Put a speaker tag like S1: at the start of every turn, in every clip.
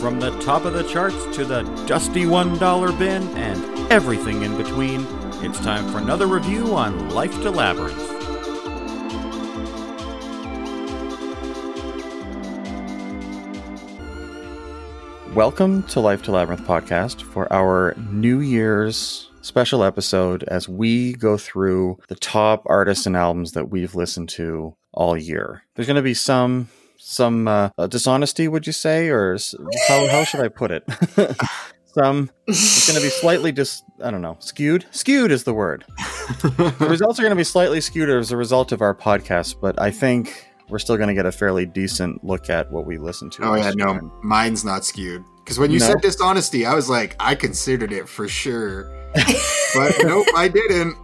S1: From the top of the charts to the dusty $1 bin and everything in between, it's time for another review on Life to Labyrinth.
S2: Welcome to Life to Labyrinth podcast for our New Year's special episode as we go through the top artists and albums that we've listened to all year. There's going to be some some uh, dishonesty, would you say, or s- how how should I put it? some it's going to be slightly dis I don't know skewed. Skewed is the word. the results are going to be slightly skewed as a result of our podcast, but I think. We're still going to get a fairly decent look at what we listen to.
S3: Oh yeah,
S2: this year.
S3: no, mine's not skewed. Because when you
S2: No.
S3: said dishonesty, I was like, I considered it for sure, but nope, I didn't.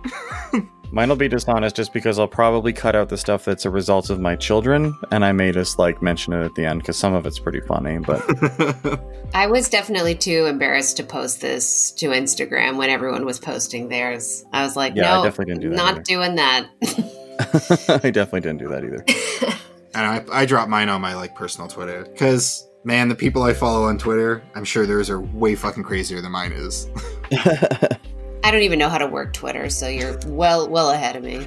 S2: Mine will be dishonest just because I'll probably cut out the stuff that's a result of my children, and I may just like mention it at the end because some of it's pretty funny. But
S4: I was definitely too embarrassed to post this to Instagram when everyone was posting theirs. I was like,
S2: Yeah, I
S4: no,
S2: definitely didn't do that
S4: not
S2: either."
S4: doing that.
S2: I definitely didn't do that either.
S3: And I, I dropped mine on my like personal Twitter because man, the people I follow on Twitter, I'm sure theirs are way fucking crazier than mine is.
S4: I don't even know how to work Twitter, so you're well well ahead of me.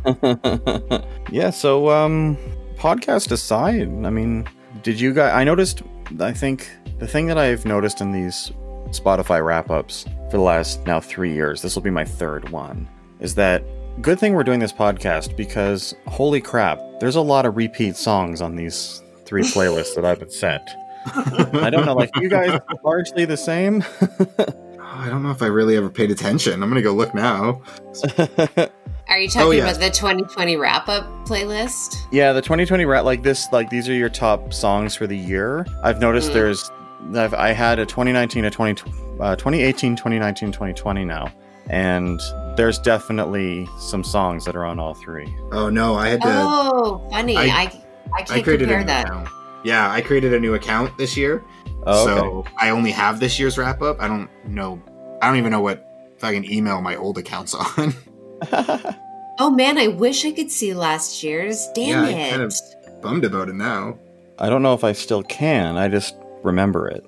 S2: yeah, so um podcast aside, I mean, did you guys I noticed I think the thing that I've noticed in these Spotify wrap-ups for the last now 3 years, this will be my third one, is that good thing we're doing this podcast because holy crap, there's a lot of repeat songs on these three playlists that I've been sent. I don't know, like you guys largely the same.
S3: I don't know if I really ever paid attention. I'm gonna go look now.
S4: Are you talking
S3: Oh, yeah.
S4: about the 2020 wrap up playlist?
S2: Yeah, the 2020 rat like this, like these are your top songs for the year. I've noticed
S4: Mm.
S2: there's, I've, I had a 2019, a 20, uh, 2018, 2019, 2020 now, and there's definitely some songs that are on all three.
S3: Oh no, I had to.
S4: Oh, funny. I
S3: I-
S4: I,
S3: I
S4: can't
S3: created a
S4: compare
S3: new
S4: that.
S3: account. Yeah, I created a new account this year.
S2: Oh, okay.
S3: So I only have this year's wrap up. I don't know. I don't even know what fucking email my old account's on.
S4: Oh man, I wish I could see last year's. Damn
S3: Yeah, I
S4: it.
S3: kind of- Bummed about it now.
S2: I don't know if I still can. I just remember it.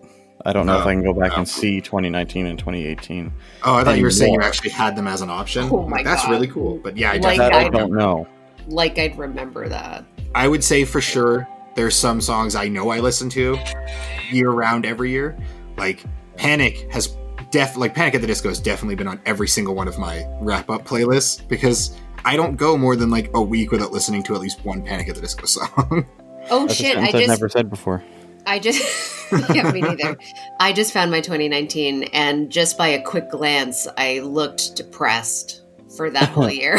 S2: I don't know if
S3: Oh,
S2: I can go back
S3: wow.
S2: and see 2019 and 2018.
S3: Oh, I thought you were saying you
S2: Anymore.
S3: actually had them as an option.
S4: Oh my
S3: That's
S4: God.
S3: really cool. But yeah, I,
S4: Like,
S2: that
S3: definitely,
S2: I
S4: I- Oh,
S2: don't know.
S4: like I'd remember that.
S3: I would say for sure there's some songs I know I listen to year round every year. Like Panic has def like Panic at the Disco has definitely been on every single one of my wrap up playlists because I don't go more than like a week without listening to at least one Panic at the Disco song.
S4: Oh
S2: That's a
S4: shit, I
S2: sentence
S4: just
S2: I've never said before.
S4: I just yeah, me neither. I just found my 2019, and just by a quick glance, I looked depressed for that whole year.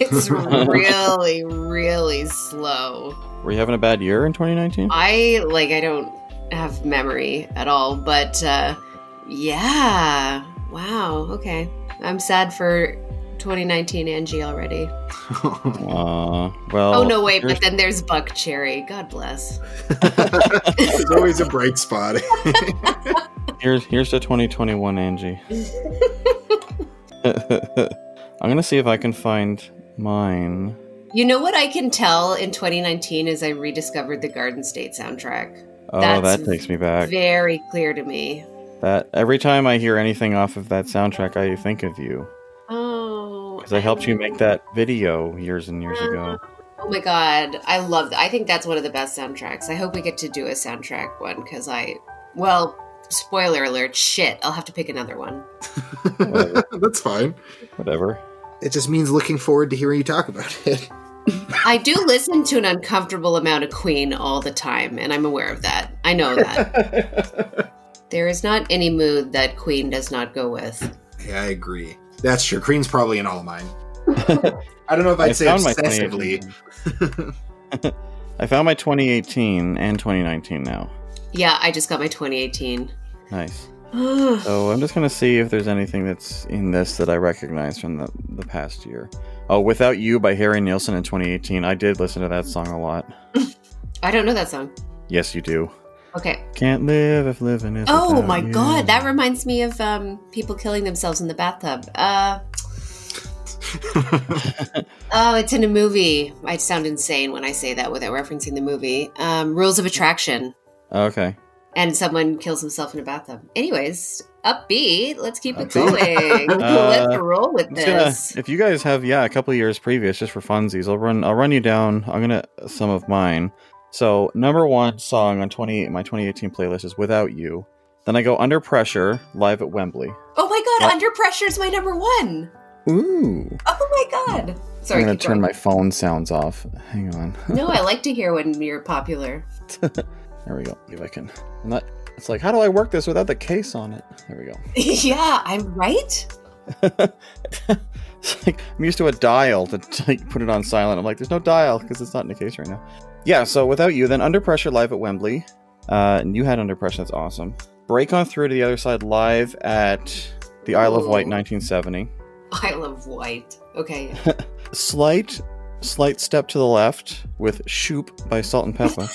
S4: it's really, really slow.
S2: Were you having a bad year in 2019?
S4: I like I don't have memory at all, but uh, yeah, wow, okay. I'm sad for 2019 Angie already.
S2: Uh, well.
S4: oh no, wait,
S2: here's-
S4: but then there's Buck Cherry. God bless.
S3: There's always a bright spot.
S2: Here's here's to 2021, Angie. I'm gonna see if I can find mine.
S4: You know what I can tell in 2019 is I rediscovered the Garden State soundtrack.
S2: Oh,
S4: That's
S2: that takes me back.
S4: very clear to me.
S2: That every time I hear anything off of that soundtrack, I think of you
S4: Oh,
S2: because I helped you make that video years and years ago.
S4: Oh my god, I love that. I think that's one of the best soundtracks. I hope we get to do a soundtrack one because I, well, spoiler alert, shit, I'll have to pick another one.
S3: Uh-huh. That's fine.
S2: Whatever.
S3: It just means looking forward to hearing you talk about it.
S4: I do listen to an uncomfortable amount of Queen all the time, and I'm aware of that. I know that. there is not any mood that Queen does not go with.
S3: Yeah, I agree. That's true. Green's probably in all of mine. I don't know if I'd
S2: I
S3: say
S2: found my
S3: obsessively.
S2: 2018. I found my 2018 and 2019 now.
S4: Yeah, I just got my 2018.
S2: Nice. So I'm just gonna see if there's anything that's in this that I recognize from the, the past year. Oh, Without You by Harry Nilsson in 2018. I did listen to that song a lot.
S4: I don't know that song.
S2: Yes, you do.
S4: Okay.
S2: Can't live if living is.
S4: Oh
S2: without
S4: my
S2: you.
S4: god, that reminds me of um, people killing themselves in the bathtub. Uh, oh, it's in a movie. I sound insane when I say that without referencing the movie. Um, Rules of Attraction.
S2: Okay.
S4: and someone kills himself in a bathtub. Anyways, upbeat. Let's keep it
S3: Upbeat.
S4: going. Let's roll with
S2: Uh, I'm just gonna-
S4: this.
S2: if you guys have, yeah, a couple of years previous, just for funsies, I'll run. I'll run you down. I'm gonna some of mine. So number one song on 28 my 2018 playlist is "Without You." Then I go "Under Pressure" live at Wembley.
S4: Oh my god,
S2: What?
S4: Under Pressure is my number one.
S2: Ooh!
S4: Oh my god. Sorry,
S2: I'm gonna
S4: keep
S2: turn my
S4: going.
S2: phone sounds off. Hang on.
S4: No, I like to hear when you're popular.
S2: There we go. See if I can. I'm not. It's like, how do I work this without the case on it? There we go.
S4: yeah, I'm right.
S2: It's like I'm used to a dial to like, put it on silent. I'm like, there's no dial because it's not in the case right now. Yeah. So without you, then under pressure live at Wembley, uh, and you had under pressure. That's awesome. Break on through to the other side live at the Isle of Wight,
S4: Ooh.
S2: 1970.
S4: I love white. Okay.
S2: Slight, slight step to the left with "Shoop" by Salt and Pepper.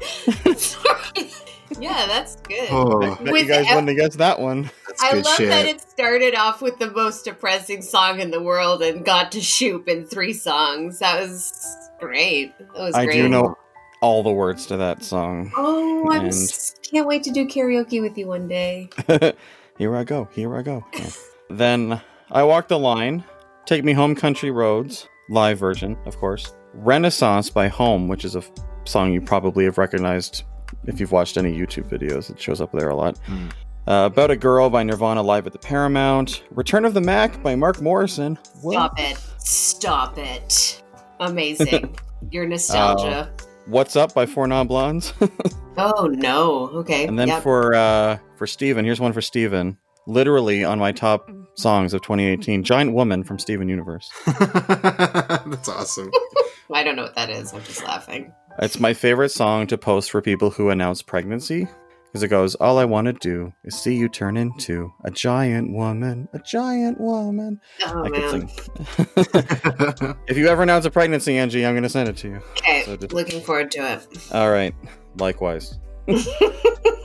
S4: yeah. Sorry. Yeah, that's good.
S3: oh,
S2: Bet you
S4: With
S2: guys
S4: ev-
S2: wouldn't have guessed that one.
S3: that's
S4: I
S3: good
S4: love
S3: shit.
S4: that it started off with the most depressing song in the world and got to Shoop in three songs. That was great. That was
S2: I
S4: great.
S2: do know all the words to that song.
S4: Oh, I
S2: And-
S4: can't wait to do karaoke with you one day.
S2: here I go, here I go. Yeah. then I walk the line. Take me home, country roads. Live version, of course. Renaissance by Home, which is a f- song you probably have recognized if you've watched any YouTube videos. It shows up there a lot.
S4: Hmm.
S3: Mm.
S2: Uh, About a Girl by Nirvana live at the Paramount. Return of the Mac by Mark Morrison.
S4: Stop it. Stop it. Amazing. Your
S2: Uh,
S4: nostalgia.
S2: What's Up by Four Non Blondes.
S4: oh, no. Okay.
S2: And then
S4: Yep.
S2: for uh, for Steven, here's one for Steven. Literally on my top songs of 2018, Giant Woman from Steven Universe.
S3: that's awesome.
S4: I don't know what that is. I'm just laughing.
S2: It's my favorite song to post for people who announce pregnancy because it goes, All I want to do is see you turn into a giant woman, a giant woman.
S4: Oh,
S2: I could
S4: man.
S2: sing. if you ever announce a pregnancy, Angie, I'm going to send it to you.
S4: Okay.
S2: So just-
S4: Looking forward to it.
S2: All right. Likewise.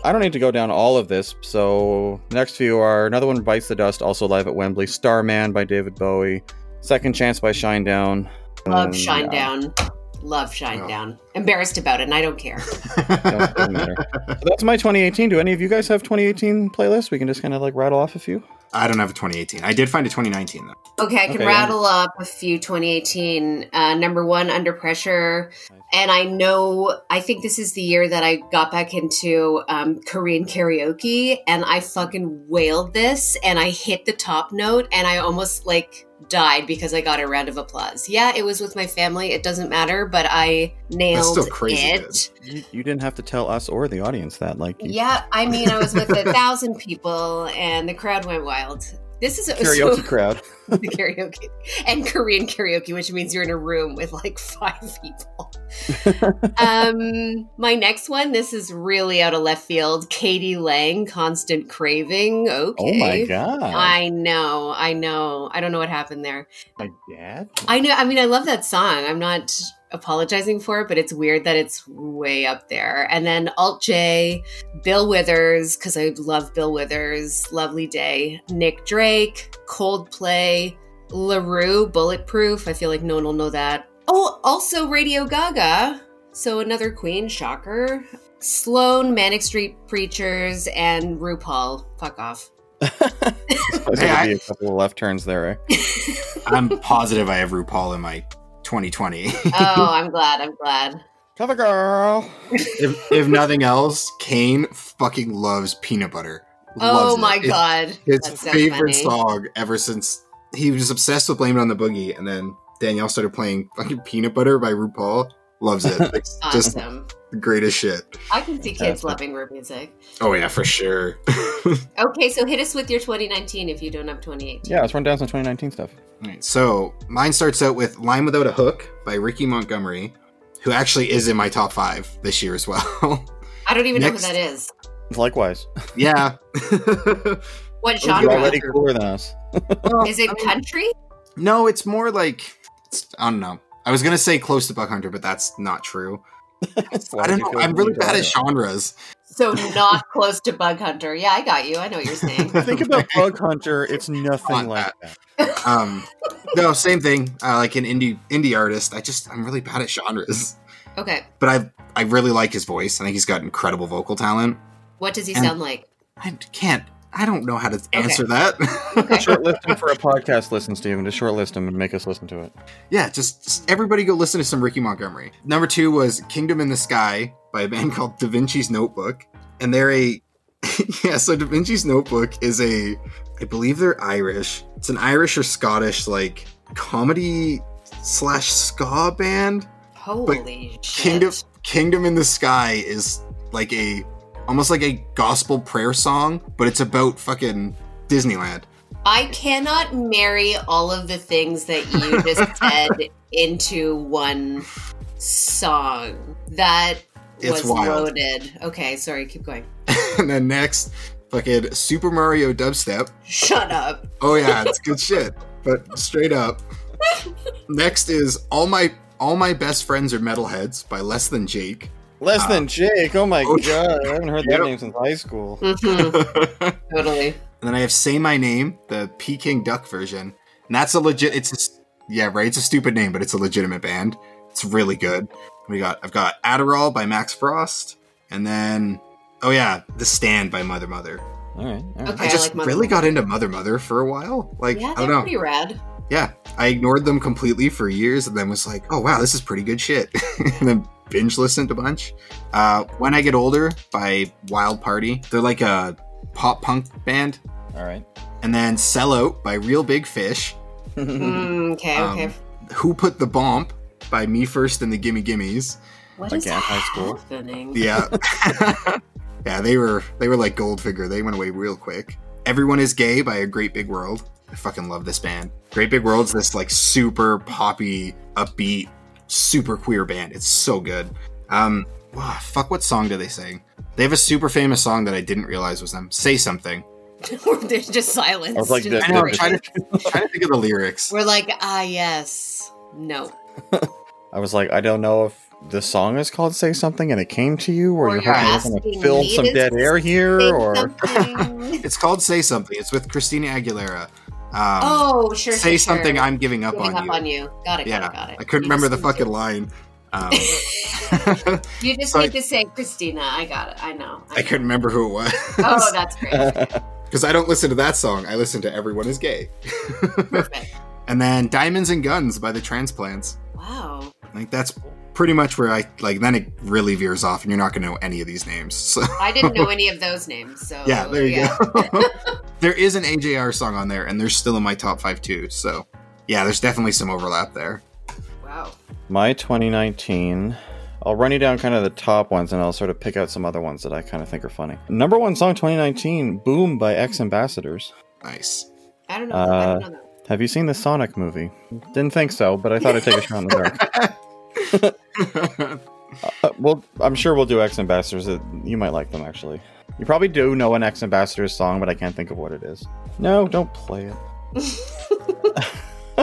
S2: I don't need to go down all of this. So, the next few are another one bites the dust, also live at Wembley. Starman by David Bowie. Second Chance by Shinedown.
S4: Love
S2: Um,
S4: Shine Down. Love Shine
S3: Oh.
S4: Down. Embarrassed about it, and I don't care.
S2: don't- doesn't matter. So that's my 2018. Do any of you guys have 2018 playlists? We can just kind of like rattle off a few.
S3: I don't have a 2018. I did find a 2019 though.
S4: Okay, I can
S2: Okay.
S4: rattle up a few 2018. Uh, number one, Under Pressure. And I know, I think this is the year that I got back into um, Korean karaoke and I fucking wailed this and I hit the top note and I almost like died because I got a round of applause. Yeah, it was with my family. It doesn't matter, but I nailed
S3: still crazy,
S4: it.
S3: dude.
S2: You, you didn't have to tell us or the audience that. Like, you-
S4: Yeah, I mean, I was with a thousand people, and the crowd went wild. This is
S2: karaoke
S4: so-
S2: crowd.
S4: the karaoke and Korean karaoke, which means you're in a room with like five people. um, my next one, this is really out of left field. Katie Lang, Constant Craving. Okay.
S2: Oh my god!
S4: I know, I know. I don't know what happened there.
S2: My dad.
S4: I know. I mean, I love that song. I'm not apologizing for it, but it's weird that it's way up there. And then Alt J, Bill Withers, because I love Bill Withers, Lovely Day, Nick Drake, Coldplay, LaRue, Bulletproof. I feel like no one will know that. Oh, also Radio Gaga. So another queen, shocker. Sloan, Manic Street Preachers, and RuPaul. Fuck off.
S2: There's
S3: Hey,
S2: gonna
S3: I-
S2: be a couple of left turns there. Eh?
S3: I'm positive I have RuPaul in my 2020.
S4: Oh, I'm glad. I'm glad.
S2: Cover girl.
S3: if, if nothing else, Kane fucking loves peanut butter. Loves
S4: Oh
S3: it.
S4: my
S3: It's
S4: god.
S3: his
S4: That's so
S3: favorite
S4: funny.
S3: song ever since he was obsessed with Blame It on the Boogie, and then Danielle started playing fucking Peanut Butter by RuPaul. Loves it. It's just
S4: Awesome.
S3: the greatest shit.
S4: I can see kids
S2: Fantastic.
S4: loving root music.
S3: Oh yeah, for sure.
S4: Okay, so hit us with your 2019 if you don't have 2018.
S2: Yeah, let's run down some 2019 stuff.
S3: Alright, so mine starts out with Line Without a Hook by Ricky Montgomery, who actually is in my top five this year as well.
S4: I don't even
S3: Next.
S4: know who that is.
S2: Likewise,
S3: yeah.
S4: What
S3: Oh, you're
S2: you're
S4: genre?
S2: already cooler than us.
S4: Is it country?
S3: no, it's more like it's, I don't know. I was gonna say close to Buck Hunter, but that's not true. I don't know. I'm really bad at genres.
S4: So not close to Bug Hunter. Yeah, I got you. I know what you're saying.
S2: Think about Bug Hunter. It's nothing
S3: Want
S2: like
S3: that.
S2: that.
S3: Um, no, same thing. Uh, like an indie indie artist, I just I'm really bad at genres.
S4: Okay.
S3: But I I really like his voice. I think he's got incredible vocal talent.
S4: What does he
S3: And-
S4: sound like?
S3: I can't. I don't know how to answer that.
S4: Okay.
S2: Shortlist him for a podcast listen, Steven. Just shortlist him and make us listen to it.
S3: yeah, just, just everybody go listen to some Ricky Montgomery. Number two was Kingdom in the Sky by a band called Da Vinci's Notebook. And they're a yeah, so Da Vinci's Notebook is a I believe they're Irish. It's an Irish or Scottish like comedy slash ska band.
S4: Holy shit.
S3: Kingdom Kingdom in the Sky is like a almost like a gospel prayer song, but it's about fucking Disneyland.
S4: I cannot marry all of the things that you just said into one song. That
S3: It's
S4: was
S3: wild.
S4: loaded. Okay, sorry, keep going.
S3: and then next, fucking Super Mario dubstep.
S4: Shut up.
S3: Oh yeah, it's good shit. But straight up. Next is all my all my best friends are metalheads by Less Than Jake.
S2: Less than Jake. Oh my
S3: Oh,
S2: god, I haven't heard that
S3: yep.
S2: name since high school.
S4: Mhm,
S3: and
S4: totally.
S3: then I have Say My Name, the Peking Duck version, and that's a legit. It's a, s- yeah, right. It's a stupid name, but it's a legitimate band. It's really good. We got I've got Adderall by Max Frost, and then oh yeah, The Stand by Mother Mother.
S2: All right, all right.
S4: Okay.
S3: I
S4: I
S3: just
S4: like Mother
S3: really
S4: Mother.
S3: got into Mother Mother for a while. Like
S4: yeah,
S3: I don't
S4: they're
S3: know.
S4: pretty rad.
S3: yeah, I ignored them completely for years and then was like, oh wow, this is pretty good shit. and then binge listened a bunch. Uh, when I Get Older by Wild Party. They're like a pop punk band.
S2: All right.
S3: And then Sell Out by Real Big Fish.
S4: Mm, okay,
S3: Um,
S4: okay.
S3: Who Put the Bomp by Me First and the Gimme Gimmies.
S4: What
S2: like
S4: is
S2: at high school.
S4: happening?
S3: Yeah. uh, yeah, they were they were like gold figure. They went away real quick. Everyone is Gay by A Great Big World. I fucking love this band. Great Big World's this like super poppy, upbeat, super queer band. It's so good. Um wow, fuck what song do they sing? They have a super famous song that I didn't realize was them. Say something.
S4: There's just silence.
S2: I was like,
S4: Just
S2: this-
S3: I know, I'm
S4: break.
S3: trying to, trying to think of the lyrics.
S4: We're like, ah, yes. No.
S2: I was like, I don't know if this song is called "Say Something" and it came to you, or,
S4: Or
S2: you're,
S4: you're
S2: having to
S4: asking
S2: fill
S4: me
S2: some
S4: to
S2: dead air here,
S4: Say
S2: or
S4: something.
S3: It's called Say Something. It's with Christina Aguilera. Um,
S4: oh, sure.
S3: say
S4: sure, sure.
S3: something I'm giving up,
S4: Giving
S3: on,
S4: up
S3: you.
S4: on you. Got it, got
S3: Yeah,
S4: it, got it.
S3: I couldn't
S4: You
S3: remember
S4: just
S3: the
S4: need to-
S3: fucking line. Um,
S4: You just
S3: So I-
S4: need to say Christina. I got it. I know.
S3: I couldn't remember who it was.
S4: Oh, that's great.
S3: Because I don't listen to that song. I listen to Everyone is Gay.
S4: Perfect.
S3: And then Diamonds and Guns by the Transplants.
S4: Wow.
S3: Like, that's pretty much where I, like, then it really veers off and you're not going to know any of these names. So,
S4: I didn't know any of those names. So
S3: yeah, there you
S4: Oh, yeah.
S3: go. there is an AJR song on there, and they're still in my top five, too. So, yeah, there's definitely some overlap there.
S4: Wow.
S2: my 2019. I'll run you down kind of the top ones, and I'll sort of pick out some other ones that I kind of think are funny. Number one song 2019, "Boom" by Ex Ambassadors.
S3: Nice.
S4: I don't know. that. I
S2: Uh,
S4: don't know. that.
S2: Have you seen the Sonic movie? Didn't think so, but I thought I'd take a shot in the dark. Uh, well, I'm sure we'll do ex ambassadors. Uh, You might like them, actually. You probably do know an ex ambassadors song, but I can't think of what it is. No, don't play it.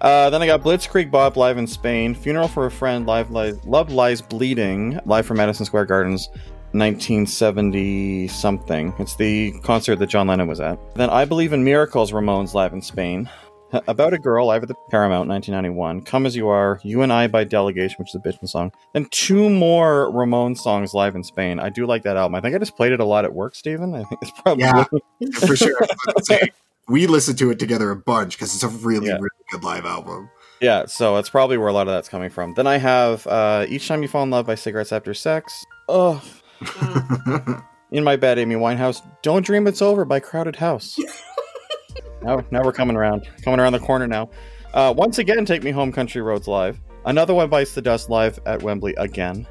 S2: uh, then I got Blitzkrieg Bob live in Spain, Funeral for a Friend, live lies, Love Lies Bleeding, live from Madison Square Gardens, 1970 something. It's the concert that John Lennon was at. Then I Believe in Miracles, Ramones live in Spain. About a Girl, Live at the Paramount, 1991. Come As You Are, You and I by Delegation, which is a bitchin' song. Then two more Ramon songs live in Spain. I do like that album. I think I just played it a lot at work, Steven. I think it's probably.
S3: Yeah, for sure. I was about to say, we listened to it together a bunch because it's a really,
S2: Yeah.
S3: really good live album.
S2: Yeah, so that's probably where a lot of that's coming from. Then I have uh, Each Time You Fall in Love by Cigarettes After Sex. Ugh.
S4: Mm.
S2: In My Bed, Amy Winehouse. Don't Dream It's Over by Crowded House. now, now we're coming around. Coming around the corner now. Uh, once again, Take Me Home Country Roads Live. Another one bites the dust live at Wembley again.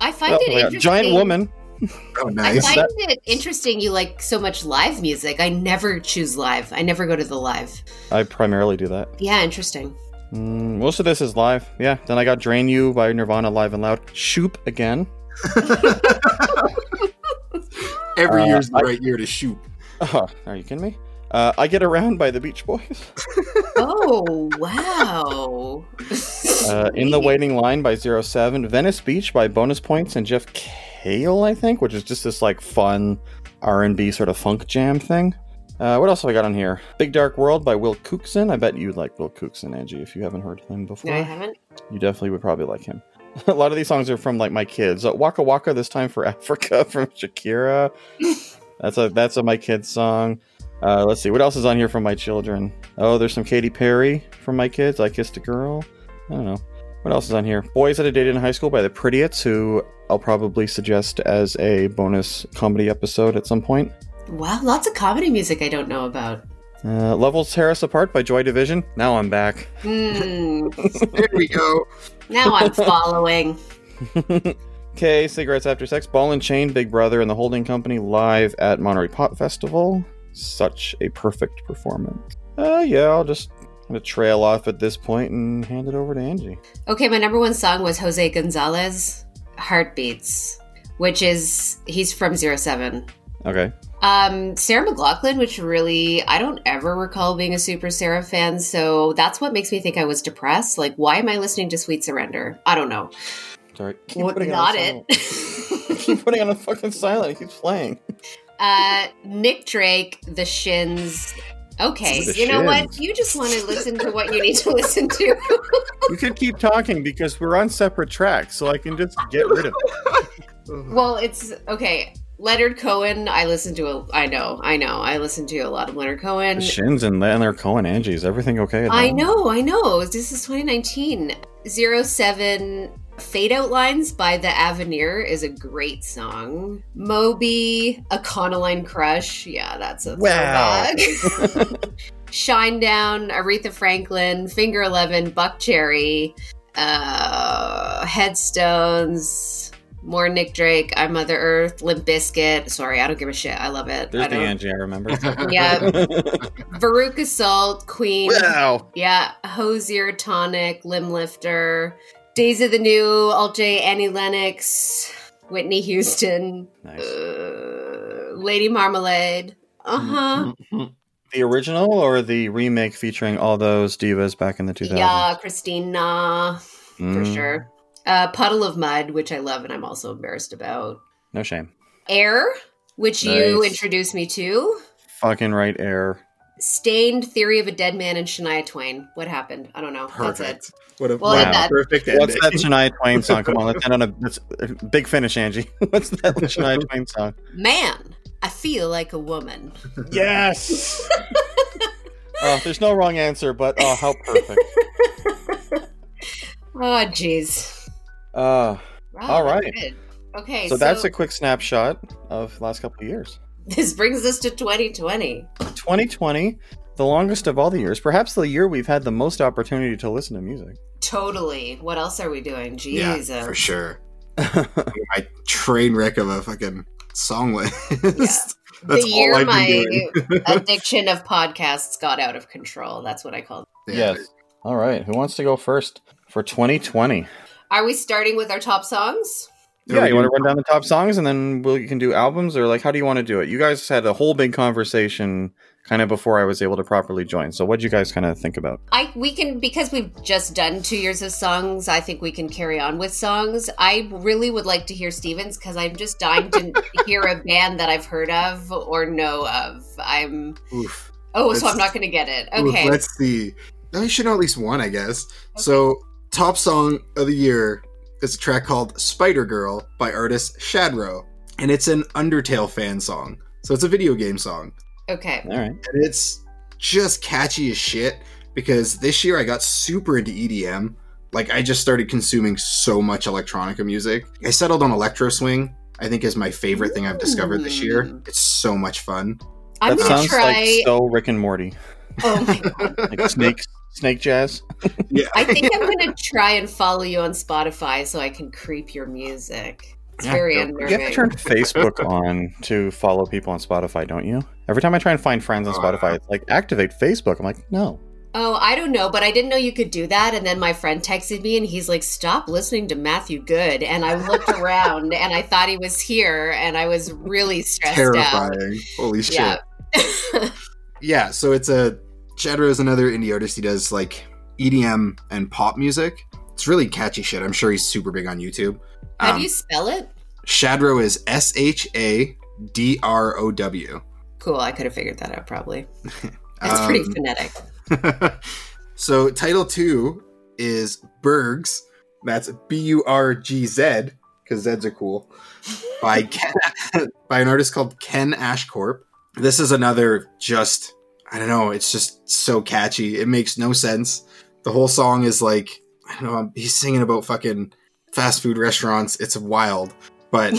S4: I find
S2: Oh,
S4: it
S2: yeah.
S4: interesting.
S2: Giant woman.
S3: Oh,
S4: I
S3: nice.
S4: find
S2: That-
S4: it interesting you like so much live music. I never choose live. I never go to the live.
S2: I primarily do that.
S4: Yeah, interesting.
S2: Mm, most of this is live. Yeah. Then I got Drain You by Nirvana live and loud. Shoop again.
S3: Every
S2: Uh,
S3: year's the
S2: I-
S3: right year to shoot.
S2: Oh, are you kidding me? Uh, I Get Around by the Beach Boys.
S4: Oh, wow.
S2: Uh, In the Waiting Line by Zero Seven. Venice Beach by Bonus Points and Jeff Cale, I think, which is just this like fun R&B sort of funk jam thing. Uh, what else have I got on here? Big Dark World by Will Cookson. I bet you'd like Will Cookson, Angie, if you haven't heard him before.
S4: No, I haven't.
S2: You definitely would probably like him. A lot of these songs are from like my kids. Uh, Waka Waka this time for Africa from Shakira. that's a that's a my kids song. Uh, let's see what else is on here from my children. Oh, there's some Katy Perry from my kids. I kissed a girl. I don't know what else is on here. Boys that I dated in high school by the Prettiest, who I'll probably suggest as a bonus comedy episode at some point.
S4: Wow, lots of comedy music I don't know about.
S2: Uh, Levels Tear Us Apart by Joy Division. Now I'm back.
S4: Hmm.
S3: there we go.
S4: now I'm following.
S2: Okay, Cigarettes After Sex, Ball and Chain, Big Brother, and the Holding Company live at Monterey Pop Festival. Such a perfect performance. Uh, yeah, I'll just kind of trail off at this point and hand it over to Angie.
S4: Okay, my number one song was Jose Gonzalez, Heartbeats, which is, he's from Zero Seven.
S2: Okay.
S4: Um, Sarah McLaughlin, which really I don't ever recall being a super Sarah fan, so that's what makes me think I was depressed. Like, why am I listening to Sweet Surrender? I don't know.
S2: Sorry. Keep
S4: Well,
S2: putting it on
S4: not
S2: silent.
S4: it.
S2: Keep putting it on a fucking silent. It keeps playing.
S4: uh, Nick Drake, The Shins. Okay,
S2: The
S4: you know what?
S2: Shins.
S4: You just want to listen to what you need to listen to.
S2: You can keep talking because we're on separate tracks, so I can just get rid of it.
S4: well, it's okay. Leonard Cohen, I listen to a. I know, I know, I listen to a lot of Leonard Cohen.
S2: The Shins and Leonard Cohen, Angie. Is everything okay? at
S4: I
S2: home?
S4: know, I know. This is 2019. Zero Seven Fade Outlines by The Avenir is a great song. Moby, A Conaline Crush. Yeah, that's a
S2: Wow.
S4: throwback. Shine Down, Aretha Franklin, Finger Eleven, Buck Cherry, uh, Headstones, more Nick Drake, I'm Mother Earth, Limp Biscuit. Sorry, I don't give a shit. I love it.
S2: There's
S4: I
S2: the
S4: don't.
S2: Angie I remember.
S4: Yeah, Veruca Salt, Queen.
S2: wow.
S4: Yeah, Hosier Tonic, Limb Lifter, Days of the New, Alt J, Annie Lennox, Whitney Houston,
S2: Nice.
S4: uh, Lady Marmalade. Uh
S2: Mm-hmm.
S4: huh.
S2: The original or the remake featuring all those divas back in the 2000s?
S4: Yeah, Christina, for
S2: Mm-hmm. Mm,
S4: sure. Uh, Puddle of Mud, which I love and I'm also embarrassed about.
S2: No shame.
S4: Air, which you
S2: Nice.
S4: introduced me to.
S2: Fucking right air.
S4: Stained, Theory of a Dead Man, and Shania Twain. What happened? I don't know. That's
S3: Perfect.
S4: it.
S3: What a,
S4: Well,
S3: what a
S4: that-
S3: perfect
S2: What's
S3: ending.
S2: that Shania Twain song? Come on, let's end on a let's- big finish, Angie. What's that Shania Twain song?
S4: Man, I feel like a woman.
S2: Yes. oh, there's no wrong answer, but oh, how perfect.
S4: Oh, jeez.
S2: Uh,
S4: Wow,
S2: All
S4: that's
S2: right.
S4: good. Okay.
S2: so, that's a quick snapshot of the last couple of years.
S4: this brings us to 2020.
S2: 2020, the longest of all the years, perhaps the year we've had the most opportunity to listen to music.
S4: Totally. What else are we doing?
S3: yeah,
S4: Jesus.
S3: for sure. My train wreck of a fucking song list. That's
S4: the
S3: all
S4: year
S3: I've been
S4: my
S3: doing.
S4: addiction of podcasts got out of control. That's what I call. It.
S2: Yes. All right. Who wants to go first for 2020?
S4: Are we starting with our top songs?
S3: Yeah,
S2: yeah,
S3: we
S2: you want to run
S3: do-
S2: down the top songs and then we'll, you can do albums or like, how do you want to do it? You guys had a whole big conversation kind of before I was able to properly join. So, what'd you guys kind of think about?
S4: I we can because we've just done two years of songs. I think we can carry on with songs. I really would like to hear Stevens because I'm just dying to hear a band that I've heard of or know of. I'm
S3: Oof.
S4: oh, so
S3: Let's-
S4: I'm not going to get it.
S3: Ooh,
S4: Okay.
S3: let's see. No, you should know at least one, I guess. So, top song of the year is a track called Spider Girl by artist Shadro. And it's an Undertale fan song. So, it's a video game song.
S4: okay.
S2: All right.
S3: And it's just catchy as shit because this year I got super into EDM. Like, I just started consuming so much electronica music. I settled on Electro Swing, I think, is my favorite thing I've discovered this year.
S4: Mm.
S3: It's so much fun.
S4: I'm
S2: that
S4: going to
S2: sounds
S4: try.
S2: like so Rick and Morty,
S4: oh my god.
S2: like snake, snake jazz.
S3: Yeah.
S4: I think I'm gonna try and follow you on Spotify so I can creep your music. It's
S3: Yeah,
S4: very
S3: go-
S2: You have to
S4: unnerving.
S2: turn Facebook on to follow people on Spotify, don't you? Every time I try and find friends on
S3: Uh.
S2: Spotify, it's like activate Facebook. I'm like, no.
S4: oh, I don't know, but I didn't know you could do that. And then my friend texted me and he's like, "Stop listening to Matthew Good." And I looked around and I thought he was here, and I was really stressed out.
S3: Terrifying. Holy shit.
S4: Yeah.
S3: yeah so it's a Shadro is another indie artist he does like edm and pop music it's really catchy shit i'm sure he's super big on youtube
S4: How
S3: Um,
S4: do you spell it?
S3: shadro is s-h-a-d-r-o-w
S4: Cool. I could have figured that out probably. That's pretty
S3: Um,
S4: phonetic.
S3: so title two is Bergs. That's B U R G Z because Z's are cool. By Ken, by an artist called Ken Ashcorp. This is another just I don't know. It's just so catchy. It makes no sense. The whole song is like I don't know. He's singing about fucking fast food restaurants. It's wild, but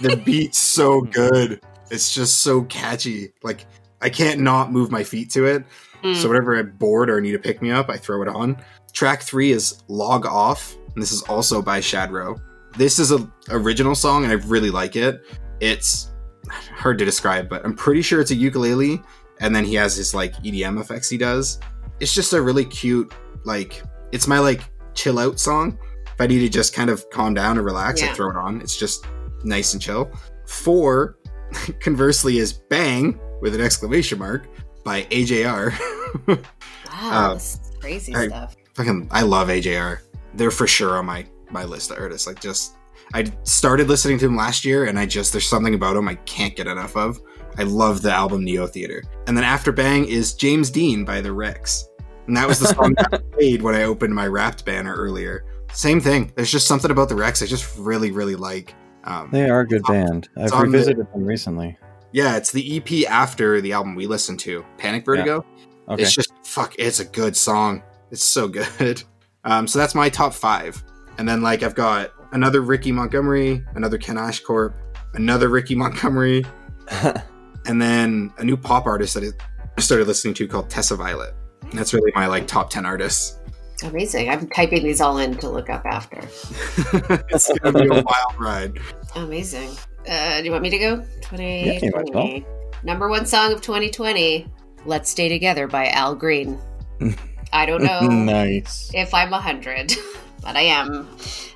S3: the beat's so good. It's just so catchy. Like I can't not move my feet to it. So
S4: Mm.
S3: whenever I'm bored or need to pick me up, I throw it on. Track three is Log Off, and this is also by Shadrow. This is a original song, and I really like it. It's hard to describe, but I'm pretty sure it's a ukulele, and then he has his like EDM effects he does. It's just a really cute, like it's my like chill out song. If I need to just kind of calm down and relax, I
S4: Yeah.
S3: throw it on. It's just nice and chill. Four, conversely, is Bang with an exclamation mark by AJR.
S4: Wow,
S3: uh,
S4: this is crazy
S3: I-
S4: stuff.
S3: fucking I love AJR. They're for sure on my my list of artists. Like just I started listening to him last year and I just there's something about him I can't get enough of. I love the album Neo Theater. And then after Bang is James Dean by the Rex. And that was the song that I played when I opened my Wrapped banner earlier. Same thing. There's just something about the Rex I just really really like. Um,
S2: They are a good band. I've
S3: It's on the-
S2: revisited them recently.
S3: yeah, it's the EP after the album we listened to, Panic Vertigo.
S2: Okay.
S3: It's just fuck. It's a good song. It's so good. Um, so that's my top five, and then like I've got another Ricky Montgomery, another Ken Ashcorp, another Ricky Montgomery, and then a new pop artist that I started listening to called Tessa Violet. And that's really my like top ten artists.
S4: Amazing. I'm typing these all in to look up after.
S3: it's gonna be a wild ride.
S4: Amazing. Uh, do you want me to go? 2020.
S2: Yeah, you might as well.
S4: Number one song of 2020, Let's Stay Together by Al Green. I don't know
S2: nice.
S4: if I'm 100, but I am.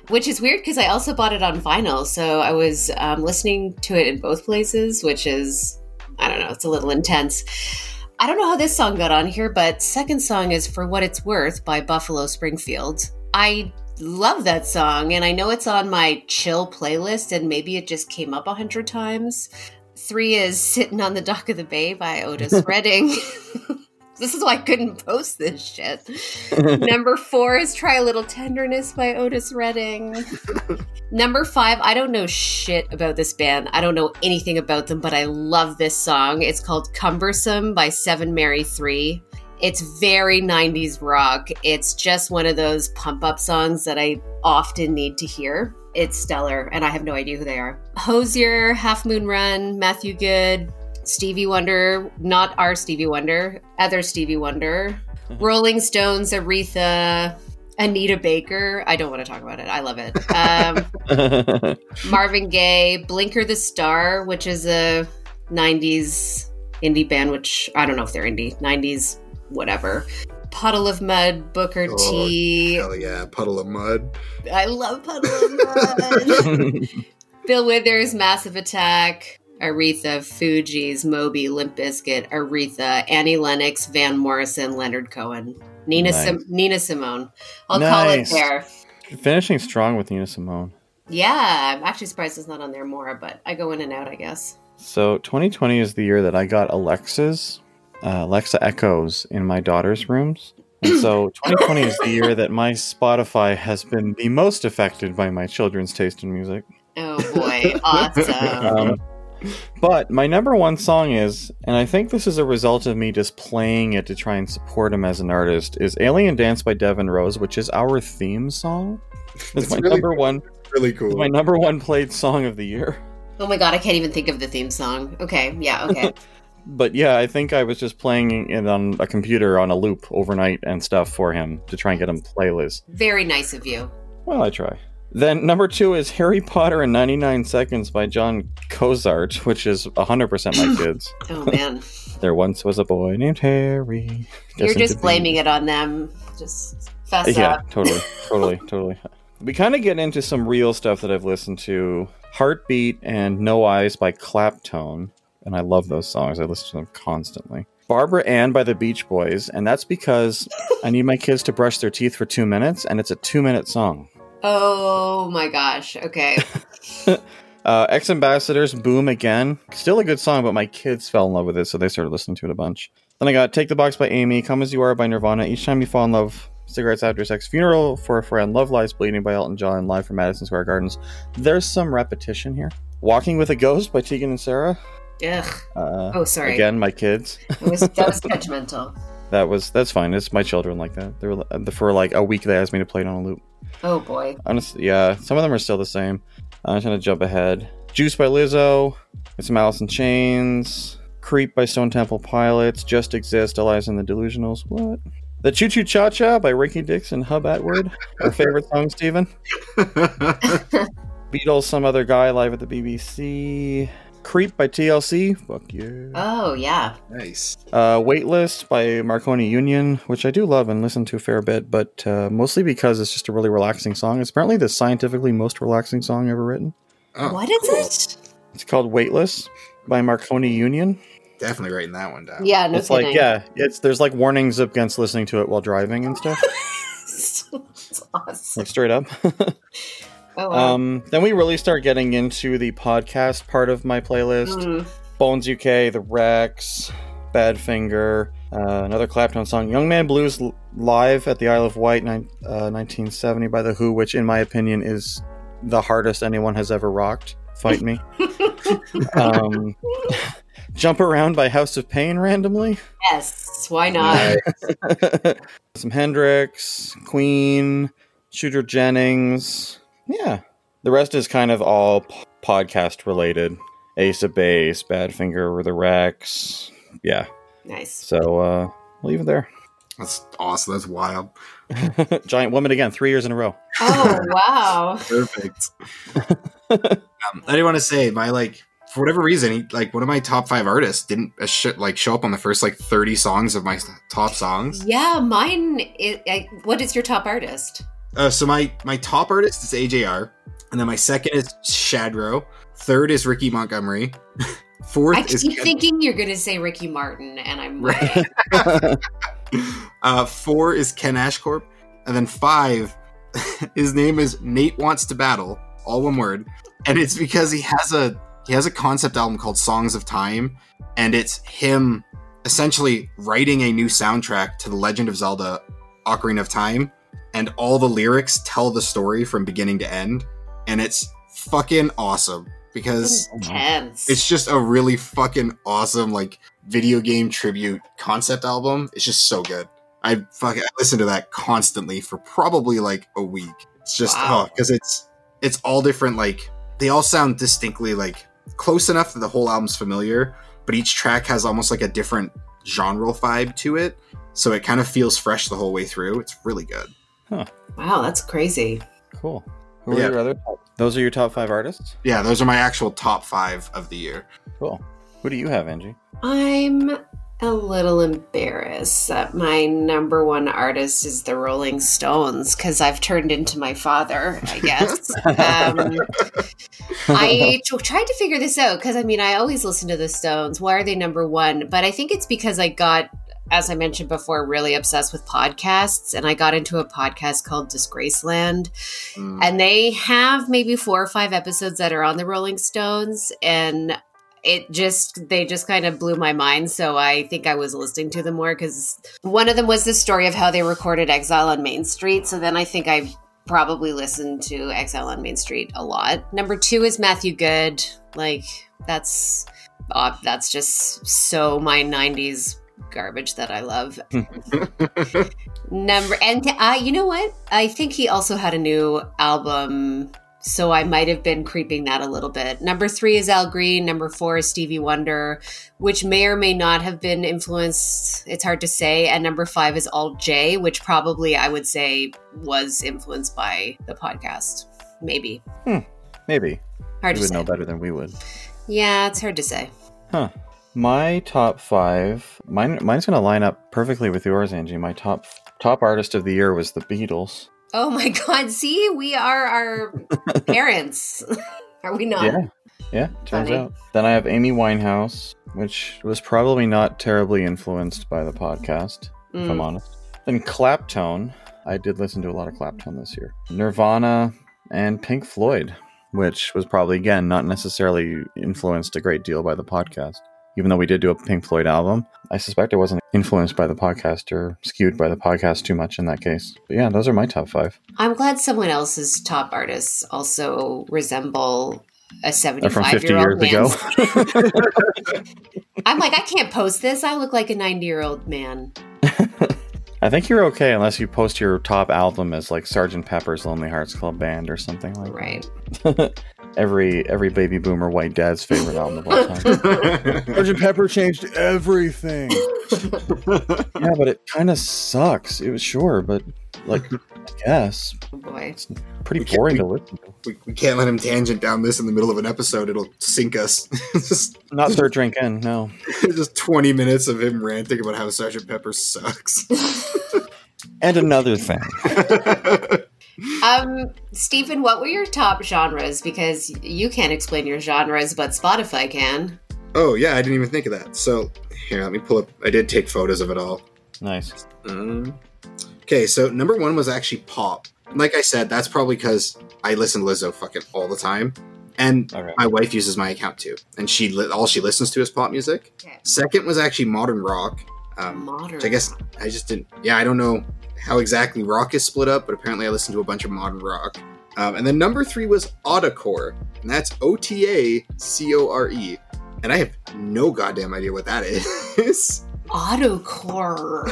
S4: Which is weird because I also bought it on vinyl. So I was um, listening to it in both places, which is, I don't know, it's a little intense. I don't know how this song got on here, but second song is For What It's Worth by Buffalo Springfield. I love that song and i know it's on my chill playlist and maybe it just came up a hundred times three is sitting on the dock of the bay by otis redding this is why i couldn't post this shit number four is try a little tenderness by otis redding number five i don't know shit about this band i don't know anything about them but i love this song it's called cumbersome by seven mary three it's very 90s rock. It's just one of those pump up songs that I often need to hear. It's stellar, and I have no idea who they are. Hosier, Half Moon Run, Matthew Good, Stevie Wonder, not our Stevie Wonder, other Stevie Wonder, Rolling Stones, Aretha, Anita Baker. I don't want to talk about it. I love it. Um, Marvin Gaye, Blinker the Star, which is a 90s indie band, which I don't know if they're indie, 90s, whatever. Puddle of Mud, Booker
S3: Oh,
S4: T.
S3: Hell yeah, puddle of mud.
S4: I love Puddle of Mud. Bill Withers, Massive Attack, Aretha, Fugees, Moby, Limp Bizkit, Aretha, Annie Lennox, Van Morrison, Leonard Cohen, Nina,
S2: Nice.
S4: Sim- Nina Simone. I'll call it
S2: Nice.
S4: there.
S2: Finishing strong with Nina Simone.
S4: Yeah, I'm actually surprised it's not on there more, but I go in and out, I guess.
S2: So 2020 is the year that I got Alexa's, uh, Alexa Echoes in my daughter's rooms. And so 2020 is the year that my Spotify has been the most affected by my children's taste in music.
S4: Oh boy, awesome.
S2: Um, but my number one song is, and I think this is a result of me just playing it to try and support him as an artist, is Alien Dance by Devin Rose, which is our theme song. It's
S3: It's
S2: my
S3: really
S2: number one,
S3: Really
S2: it's
S3: cool.
S2: my number one played song of the year.
S4: Oh my god, I can't even think of the theme song. Okay, yeah, okay.
S2: But yeah, I think I was just playing it on a computer on a loop overnight and stuff for him to try and get him playlist.
S4: Very nice of you.
S2: Well, I try. Then number two is Harry Potter in 99 Seconds by John Cozart, which is 100% my kids.
S4: Oh man.
S2: There once was a boy named Harry.
S4: You're just blaming it on them. Just fess
S2: Yeah,
S4: up.
S2: totally, totally, totally. We kind of get into some real stuff that I've listened to. Heartbeat and No Eyes by Claptone, and I love those songs. I listen to them constantly. Barbara Ann by the Beach Boys, and that's because I need my kids to brush their teeth for two minutes, and it's a two-minute song.
S4: Oh my gosh. Okay.
S2: Uh, Ex Ambassadors, Boom Again. Still a good song, but my kids fell in love with it, so they started listening to it a bunch. Then I got Take the Box by Amy, Come As You Are by Nirvana, Each Time You Fall in Love, Cigarettes After Sex, Funeral for a Friend, Love Lies Bleeding by Elton John, Live from Madison Square Gardens. There's some repetition here. Walking with a Ghost by Tegan and Sarah.
S4: Ugh.
S2: Uh,
S4: Oh, sorry.
S2: Again, my kids.
S4: It was, that was judgmental.
S2: That was that's fine. It's my children like that. They were uh, for like a week. They asked me to play it on a loop.
S4: Oh boy.
S2: Honestly, yeah, some of them are still the same. I'm trying to jump ahead. Juice by Lizzo, it's some Alice in Chains, Creep by Stone Temple Pilots, Just Exist, Elias and the Delusionals. What? The Choo Choo Cha Cha by Ricky Dix and Hub Atwood. Our favorite song, Steven. Beatles, Some Other Guy, Live at the BBC. Creep by TLC. Fuck you.
S4: Oh yeah.
S3: nice.
S2: Uh, Waitlist by Marconi Union, which I do love and listen to a fair bit, but uh, mostly because it's just a really relaxing song. It's apparently the scientifically most relaxing song ever written.
S3: Oh,
S4: what is
S3: cool.
S4: it?
S2: It's called Weightless by Marconi Union.
S3: Definitely writing that one down.
S4: Yeah. No
S2: it's like
S4: kidding.
S2: yeah, it's there's like warnings against listening to it while driving and stuff,
S4: it's awesome.
S2: like straight up.
S4: Oh wow.
S2: um, then we really start getting into the podcast part of my playlist.
S4: Mm.
S2: Bones UK, The Rex, Badfinger, uh, another Clapton song, Young Man Blues l- live at the Isle of Wight, nine uh, 1970 by The Who, which in my opinion is the hardest anyone has ever rocked. Fight me. um, Jump Around by House of Pain randomly.
S4: Yes. Why not?
S3: Nice.
S2: Some Hendrix, Queen, Shooter Jennings. Yeah. The rest is kind of all p- podcast related. Ace of Base, Badfinger, The Rex. Yeah.
S4: Nice.
S2: So uh, we'll leave it there.
S3: That's awesome. That's wild.
S2: Giant woman again, three years in a row.
S4: Oh wow.
S3: Perfect. um, I did want to say my like for whatever reason, he, like one of my top five artists didn't uh, sh- like show up on the first like thirty songs of my s- top songs.
S4: Yeah, mine. Is, I, what is your top artist?
S3: Uh, so my my top artist is AJR, and then my second is Shadro. Third is Ricky Montgomery. Fourth
S4: I
S3: is
S4: keep
S3: Ken-
S4: thinking you're going to say Ricky Martin, and I'm
S3: Right.
S4: right.
S3: uh, four is Ken Ashcorp, and then five. his name is Nate wants to battle, all one word, and it's because he has a he has a concept album called Songs of Time, and it's him essentially writing a new soundtrack to The Legend of Zelda: Ocarina of Time, and all the lyrics tell the story from beginning to end, and it's fucking awesome because
S2: Oh,
S4: intense.
S3: it's just a really fucking awesome like video game tribute concept album. It's just so good. I fuck I listen to that constantly for probably like a week. It's just
S4: Wow.
S3: because it's it's all different. Like they all sound distinctly like close enough that the whole album's familiar, but each track has almost like a different genre vibe to it. So it kind of feels fresh the whole way through. It's really good.
S4: wow, that's crazy.
S2: cool. Who are
S3: Yeah.
S2: your other? Those are your top five artists.
S3: Yeah, those are my actual top five of the year.
S2: Cool. Who do you have, Angie?
S4: I'm a little embarrassed that my number one artist is the Rolling Stones because I've turned into my father, I guess. um, I t- tried to figure this out because I mean, I always listen to the Stones. Why are they number one? But I think it's because I got, as I mentioned before, really obsessed with podcasts. And I got into a podcast called Disgraceland.
S3: Mm.
S4: And they have maybe four or five episodes that are on the Rolling Stones. And it just, they just kind of blew my mind. So I think I was listening to them more because one of them was the story of how they recorded Exile on Main Street. So then I think I probably listened to Exile on Main Street a lot. Number two is Matthew Good. Like, that's. Uh, that's just so my 90s garbage that I love. Number and uh, you know what? I think he also had a new album, so I might have been creeping that a little bit. Number three is Al Green. Number four is Stevie Wonder, which may or may not have been influenced. It's hard to say. And number five is Alt J, which probably I would say was influenced by the podcast. Maybe
S2: Maybe
S4: hard
S2: you
S4: to
S2: would
S4: say.
S2: know better than we would.
S4: Yeah, it's hard to say.
S2: Huh. My top five. Mine. Mine's gonna line up perfectly with yours, Angie. My top top artist of the year was the Beatles.
S4: Oh my God! See, we are our parents. are we not?
S2: Yeah. Yeah. Turns
S4: Funny.
S2: out. Then I have Amy Winehouse, which was probably not terribly influenced by the podcast. if I'm
S4: Mm.
S2: honest. Then Claptone. I did listen to a lot of Claptone this year. Nirvana and Pink Floyd. which was probably again not necessarily influenced a great deal by the podcast. Even though we did do a Pink Floyd album, I suspect it wasn't influenced by the podcast or skewed by the podcast too much in that case. But yeah, those are my top five.
S4: I'm glad someone else's top artists also resemble a
S2: They're from
S4: 75
S2: 50
S4: year old
S2: years
S4: man.
S2: ago.
S4: I'm like, I can't post this. I look like a 90 year old man.
S2: I think you're okay unless you post your top album as like Sgt. Pepper's Lonely Hearts Club Band or something like that.
S4: Right.
S2: every every baby boomer white dad's favorite album of all time. Sgt. Pepper changed everything. yeah, but it kind of sucks. It was sure, but like, yes,
S4: Oh boy.
S2: pretty
S3: We can't-
S2: boring to listen to.
S3: we, we can't let him tangent down this in the middle of an episode. It'll sink us. It's just,
S2: Not third drink in. No,
S3: it's just 20 minutes of him ranting about how Sgt. Pepper sucks.
S2: and another thing.
S4: Um, Stephen, what were your top genres? Because you can't explain your genres, but Spotify can.
S3: oh, yeah, I didn't even think of that. So, here, let me pull up. I did take photos of it all.
S2: Nice.
S3: Um, okay, so number one was actually pop. Like I said, that's probably because I listen to Lizzo fucking all the time, and
S2: All right.
S3: my wife uses my account too, and she li- all she listens to is pop music.
S4: Okay.
S3: Second was actually modern rock. Um,
S4: Modern.
S3: which I guess I just didn't. Yeah, I don't know how exactly rock is split up, but apparently I listened to a bunch of modern rock. Um, and then number three was Autocore, and that's O T A C O R E, and I have no goddamn idea what that is.
S4: Autocore.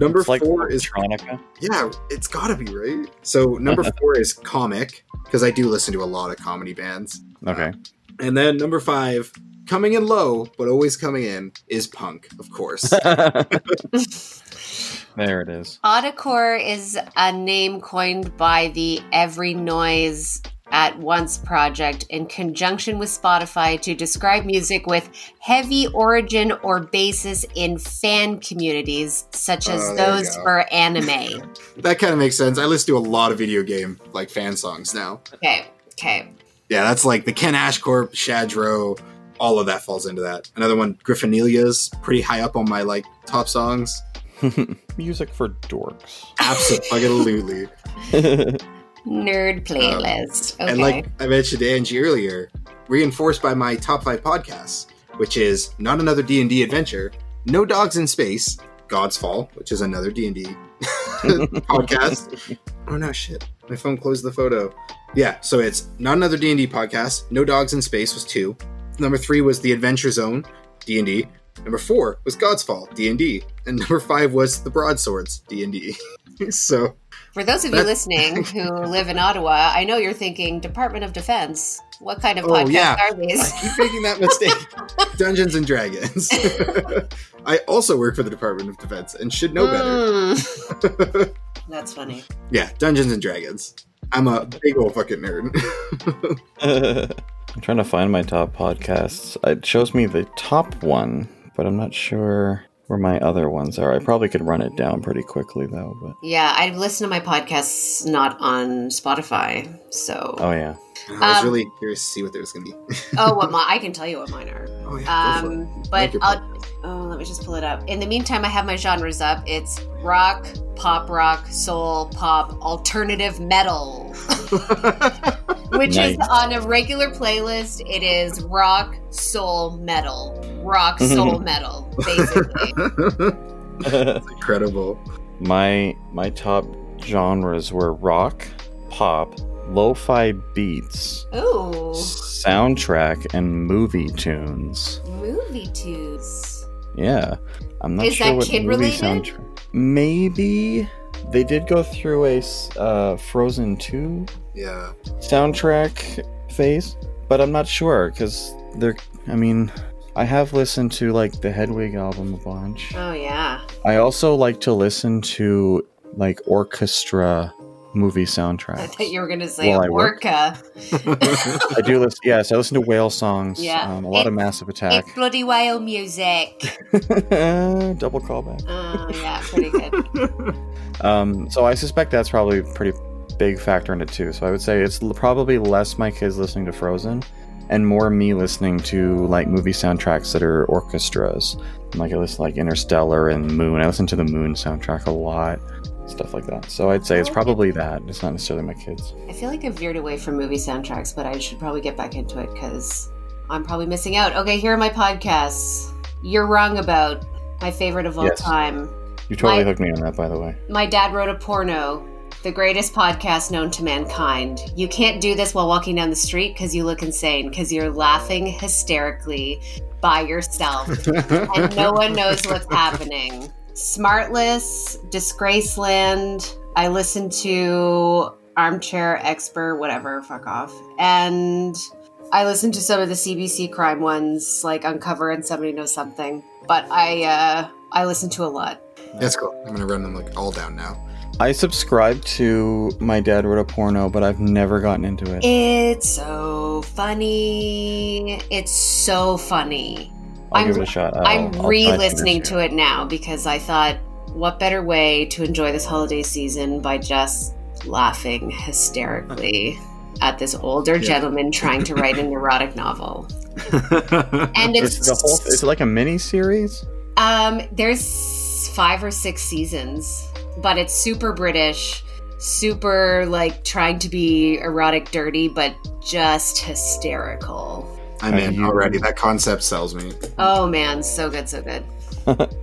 S3: number
S2: It's like
S3: four is
S2: electronica.
S3: yeah, it's gotta be right. So number four is comic because I do listen to a lot of comedy bands,
S2: Okay.
S3: and then number five, coming in low but always coming in, is punk, of course.
S2: there it is.
S4: Autocore is a name coined by the Every Noise at Once project in conjunction with Spotify to describe music with heavy origin or basis in fan communities, such as
S3: Oh, there you
S4: those
S3: go.
S4: for anime.
S3: that kind of makes sense. I listen to a lot of video game like fan songs now.
S4: okay, okay.
S3: Yeah, that's like the Ken Ashcorp, Shadro, all of that falls into that. Another one, Griffinelia's, pretty high up on my like top songs.
S2: Music for dorks.
S3: Absolutely.
S4: Nerd playlist. Okay.
S3: Um, And like I mentioned to Angie earlier, reinforced by my top five podcasts, which is not another D and D adventure, no dogs in space, God's Fall, which is another D and D podcast. Oh no, shit! My phone closed the photo. Yeah, so it's not another D and D podcast. No dogs in space was two. Number three was the Adventure Zone, D and D. Number four was God's Fall, D and D, and number five was the Broadswords, D and D. So
S4: For those of you listening who live in Ottawa, I know you're thinking Department of Defense. What kind of
S3: Oh,
S4: podcast
S3: yeah. I
S4: are these?
S3: keep making that mistake. Dungeons and Dragons. I also work for the Department of Defense and should know better.
S4: Mm. That's funny.
S3: Yeah, Dungeons and Dragons. I'm a big old fucking nerd.
S2: I'm trying to find my top podcasts. It shows me the top one, but I'm not sure where my other ones are. I probably could run it down pretty quickly though, but
S4: Yeah, I listen to my podcasts not on Spotify. So,
S2: oh yeah.
S3: I was
S4: Um,
S3: really curious to see what there was going to be.
S4: oh, what my, I can tell you what mine are.
S3: Oh, yeah. go for it.
S4: Um,
S3: Make
S4: but
S3: your
S4: I'll,
S3: podcast.
S4: oh, let me just pull it up. In the meantime, I have my genres up. It's rock, pop rock, soul, pop, alternative metal, which is
S2: Nice.
S4: on a regular playlist. It is rock, soul, metal, rock, soul, metal, basically.
S3: Incredible.
S2: my my top genres were rock, pop, lo-fi beats,
S4: Ooh,
S2: soundtrack and movie tunes.
S4: movie tunes.
S2: Yeah. I'm not
S4: Is
S2: sure
S4: that
S2: what
S4: kid
S2: movie
S4: related?
S2: soundtrack. Maybe they did go through a s- uh, Frozen 2
S3: Yeah.
S2: soundtrack phase, but I'm not sure because they're. I mean, I have listened to like the Hedwig album a bunch.
S4: Oh yeah.
S2: I also like to listen to like orchestra movie
S4: I
S2: soundtracks.
S4: thought you were going to say
S2: While I work.
S4: orca.
S2: I do listen. Yes, I listen to whale songs.
S4: Yeah.
S2: um, a lot of
S4: It-
S2: Massive
S4: It's
S2: Attack.
S4: bloody whale music.
S2: Double callback.
S4: Oh, yeah, pretty good.
S2: Um, so I suspect that's probably a pretty big factor in it too. So I would say it's l- probably less my kids listening to Frozen and more me listening to like movie soundtracks that are orchestras. Like I listen like Interstellar and Moon. I listen to the Moon soundtrack a lot. stuff like that. So I'd say it's probably that. It's not necessarily my kids.
S4: I feel like I veered away from movie soundtracks, but I should probably get back into it because I'm probably missing out. Okay, here are my podcasts. You're wrong about my favorite of all
S2: Yes.
S4: time.
S2: You totally
S4: My-
S2: hooked me on that, by the way.
S4: My dad wrote a porno, the greatest podcast known to mankind. You can't do this while walking down the street because you look insane because you're laughing hysterically by yourself and no one knows what's happening. Smartless, Disgraceland. I listen to Armchair Expert, whatever, fuck off. And I listen to some of the CBC crime ones, like Uncover and Somebody Knows Something. But I, uh, I listen to a lot.
S3: That's cool. I'm gonna run them like all down now.
S2: I subscribe to my dad wrote a porno, but I've never gotten into it.
S4: It's so funny. It's so funny.
S2: I'll
S4: I'm-
S2: give it a shot. I'll- Oh, I'll
S4: I'm
S2: try to
S4: re listening
S2: finish
S4: to it now because I thought, what better way to enjoy this holiday season by just laughing hysterically at this older
S3: Yeah.
S4: gentleman trying to write an erotic novel? And
S2: It's
S4: it's,
S2: the whole. It's like a mini series.
S4: um, there's five or six seasons, but it's super British, super like trying to be erotic dirty, but just hysterical.
S3: I'm
S2: Are
S3: in
S2: you-
S3: already. That concept sells me.
S4: Oh man, so good, so good.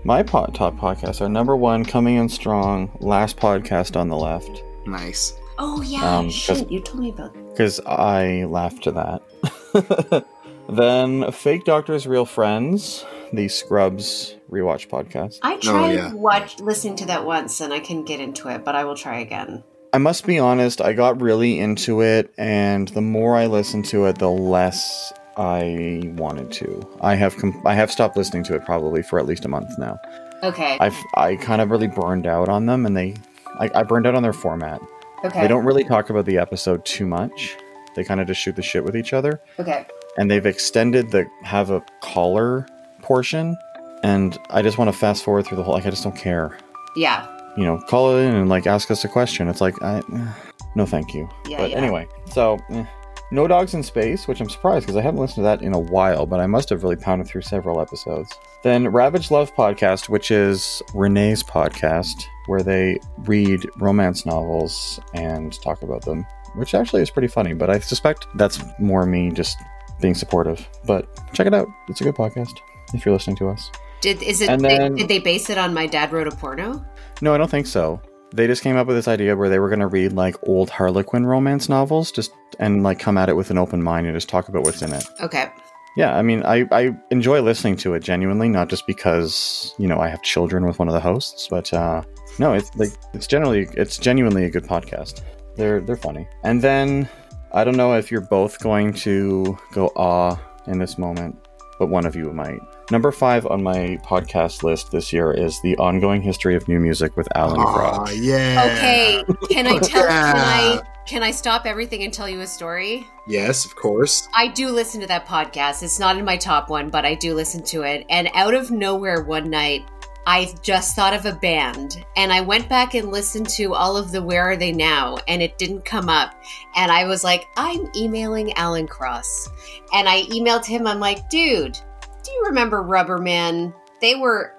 S2: My po- top podcasts are number one, coming in strong. Last podcast on the left
S3: Nice.
S4: Oh yeah,
S2: Um, 'cause-
S4: shit, you told me about that.
S2: because I laughed to that. then fake doctors, real friends, the Scrubs rewatch podcast.
S4: I tried
S3: yeah.
S4: watch listening to that once and I couldn't get into it, but I will try again.
S2: I must be honest, I got really into it, and the more I listened to it, the less I wanted to. I have com- I have stopped listening to it probably for at least a month now.
S4: Okay.
S2: I've I kind of really burned out on them, and they I, I burned out on their format.
S4: okay.
S2: They don't really talk about the episode too much. They kind of just shoot the shit with each other,
S4: okay.
S2: and they've extended the have a caller portion, and I just want to fast forward through the whole. Like I just don't care.
S4: Yeah.
S2: You know, call it in and like ask us a question. It's like I, no, thank you
S4: Yeah.
S2: but
S4: yeah.
S2: anyway, so eh. No Dogs in Space, which I'm surprised because I haven't listened to that in a while, but I must have really pounded through several episodes. Then Ravage Love Podcast, which is Renee's podcast, where they read romance novels and talk about them, which actually is pretty funny, but I suspect that's more me just being supportive. But check it out. It's a good podcast if you're listening to us.
S4: Did is it
S2: And
S4: they-
S2: then-
S4: did they base it on my dad wrote a porno?
S2: No, I don't think so. They just came up with this idea where they were going to read like old Harlequin romance novels, just and like come at it with an open mind and just talk about what's in it.
S4: Okay.
S2: Yeah, I mean, I, I enjoy listening to it genuinely, not just because you know I have children with one of the hosts, but uh, no, it's like it's generally it's genuinely a good podcast. They're they're funny. And then I don't know if you're both going to go ah in this moment, but one of you might. Number five on my podcast list this year is the ongoing history of new music with Alan Cross.
S3: Aw, yeah.
S4: Okay. Can I tell can
S3: Yeah.
S4: I can I stop everything and tell you a story?
S3: Yes, of course.
S4: I do listen to that podcast. It's not in my top one, but I do listen to it. And out of nowhere one night, I just thought of a band and I went back and listened to all of the Where Are They Now and it didn't come up. And I was like, I'm emailing Alan Cross. And I emailed him, I'm like, dude, do you remember Rubberman? They were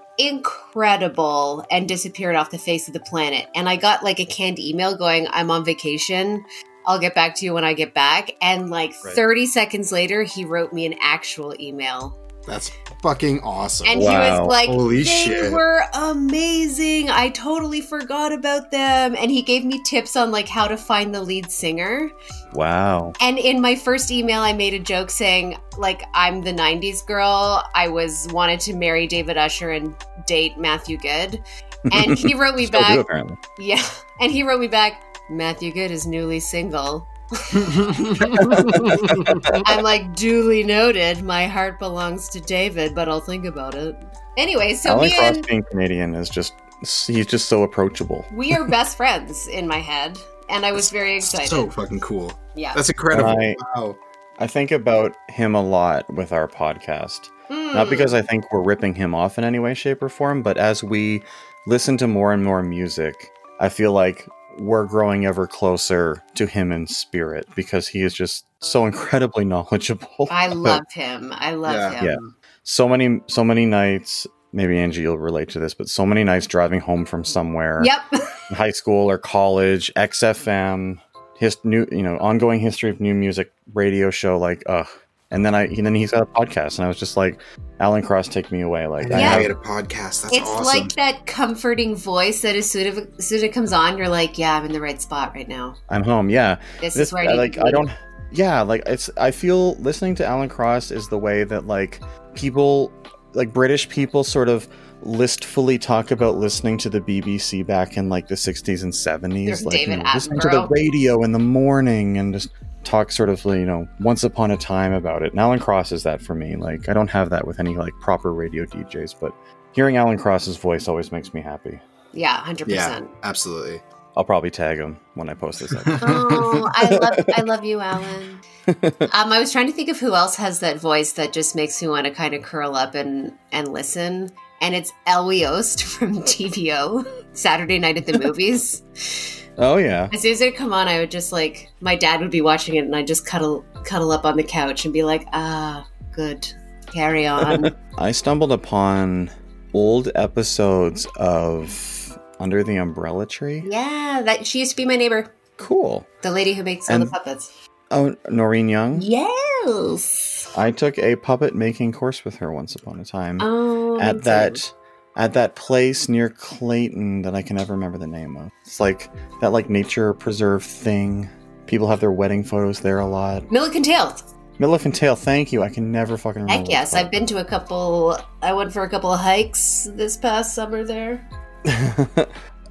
S4: incredible and disappeared off the face of the planet. And I got like a canned email going, I'm on vacation. I'll get back to you when I get back. And like
S1: Right.
S4: 30 seconds later, he wrote me an actual email.
S3: That's fucking awesome.
S4: And he
S2: Wow.
S4: was like,
S3: Holy
S4: they
S3: shit.
S4: were amazing. I totally forgot about them. And he gave me tips on like how to find the lead singer.
S2: Wow.
S4: And in my first email, I made a joke saying, like, I'm the 90s girl. I was wanted to marry David Usher and date Matthew Good. And he wrote me
S2: Still do
S4: back,
S2: apparently.
S4: yeah. And he wrote me back, Matthew Good is newly single. I'm like, duly noted. My heart belongs to David, but I'll think about it. Anyway, so
S2: Alan
S4: me
S2: Cross
S4: and
S2: being Canadian is just he's just so approachable.
S4: we are best friends in my head. And I was very excited.
S3: so fucking cool.
S4: yeah.
S3: That's incredible.
S2: I-
S3: wow.
S2: I think about him a lot with our podcast. Not
S4: Mm.
S2: because I think we're ripping him off in any way, shape, or form, but as we listen to more and more music, I feel like we're growing ever closer to him in spirit because he is just so incredibly knowledgeable.
S4: I
S2: about
S4: love him. I love
S3: Yeah.
S4: him.
S2: Yeah. so many, so many nights. Maybe Angie, you'll relate to this, but so many nights driving home from somewhere,
S4: Yep.
S2: in high school or college, XFM, his new, you know, ongoing history of new music radio show. Like, ugh. And then I, and then he's got a podcast, and I was just like, Alan Cross, take me away. Like,
S3: I
S2: I
S4: Yeah.
S3: had
S2: have-
S3: a podcast. That's
S4: It's
S3: awesome.
S4: like that comforting voice that as soon as, as soon as it comes on, you're like, yeah, I'm in the right spot right now.
S2: I'm home. Yeah.
S4: This,
S2: this
S4: is where
S2: I,
S4: I,
S2: like I don't yeah like it's I feel listening to Alan Cross is the way that like people like British people sort of listfully talk about listening to the BBC back in like the 60s and 70s
S4: There's
S2: like you
S4: David
S2: know, listening to the
S4: Attenborough.
S2: radio in the morning and just talk sort of you know once upon a time about it and Alan Cross is that for me like I don't have that with any like proper radio DJs but hearing Alan Cross's voice always makes me happy
S4: Yeah, hundred
S3: yeah,
S4: percent.
S3: absolutely.
S2: I'll probably tag him when I post this up.
S4: Oh, I love I love you, Alan. Um, I was trying to think of who else has that voice that just makes me want to kind of curl up and and listen. And it's Ellie Ost from TVO, Saturday Night at the Movies.
S2: oh yeah
S4: As soon as it come on, I would just like my dad would be watching it, and I'd just cuddle cuddle up on the couch and be like, ah, good, carry on.
S2: I stumbled upon old episodes of Under the Umbrella Tree.
S4: yeah, that she used to be my neighbor,
S2: Cool.
S4: the lady who makes all the
S2: And-
S4: puppets.
S2: Oh, Noreen Young.
S4: Yes.
S2: I took a puppet making course with her once upon a time
S4: Oh,
S2: at that at that place near Clayton that I can never remember the name of. It's like that like nature preserve thing. People have their wedding photos there a lot.
S4: Millican Tales.
S2: Millif and Tail, thank you. I can never fucking remember.
S4: Heck yes, I've been to a couple. I went for a couple of hikes this past summer there.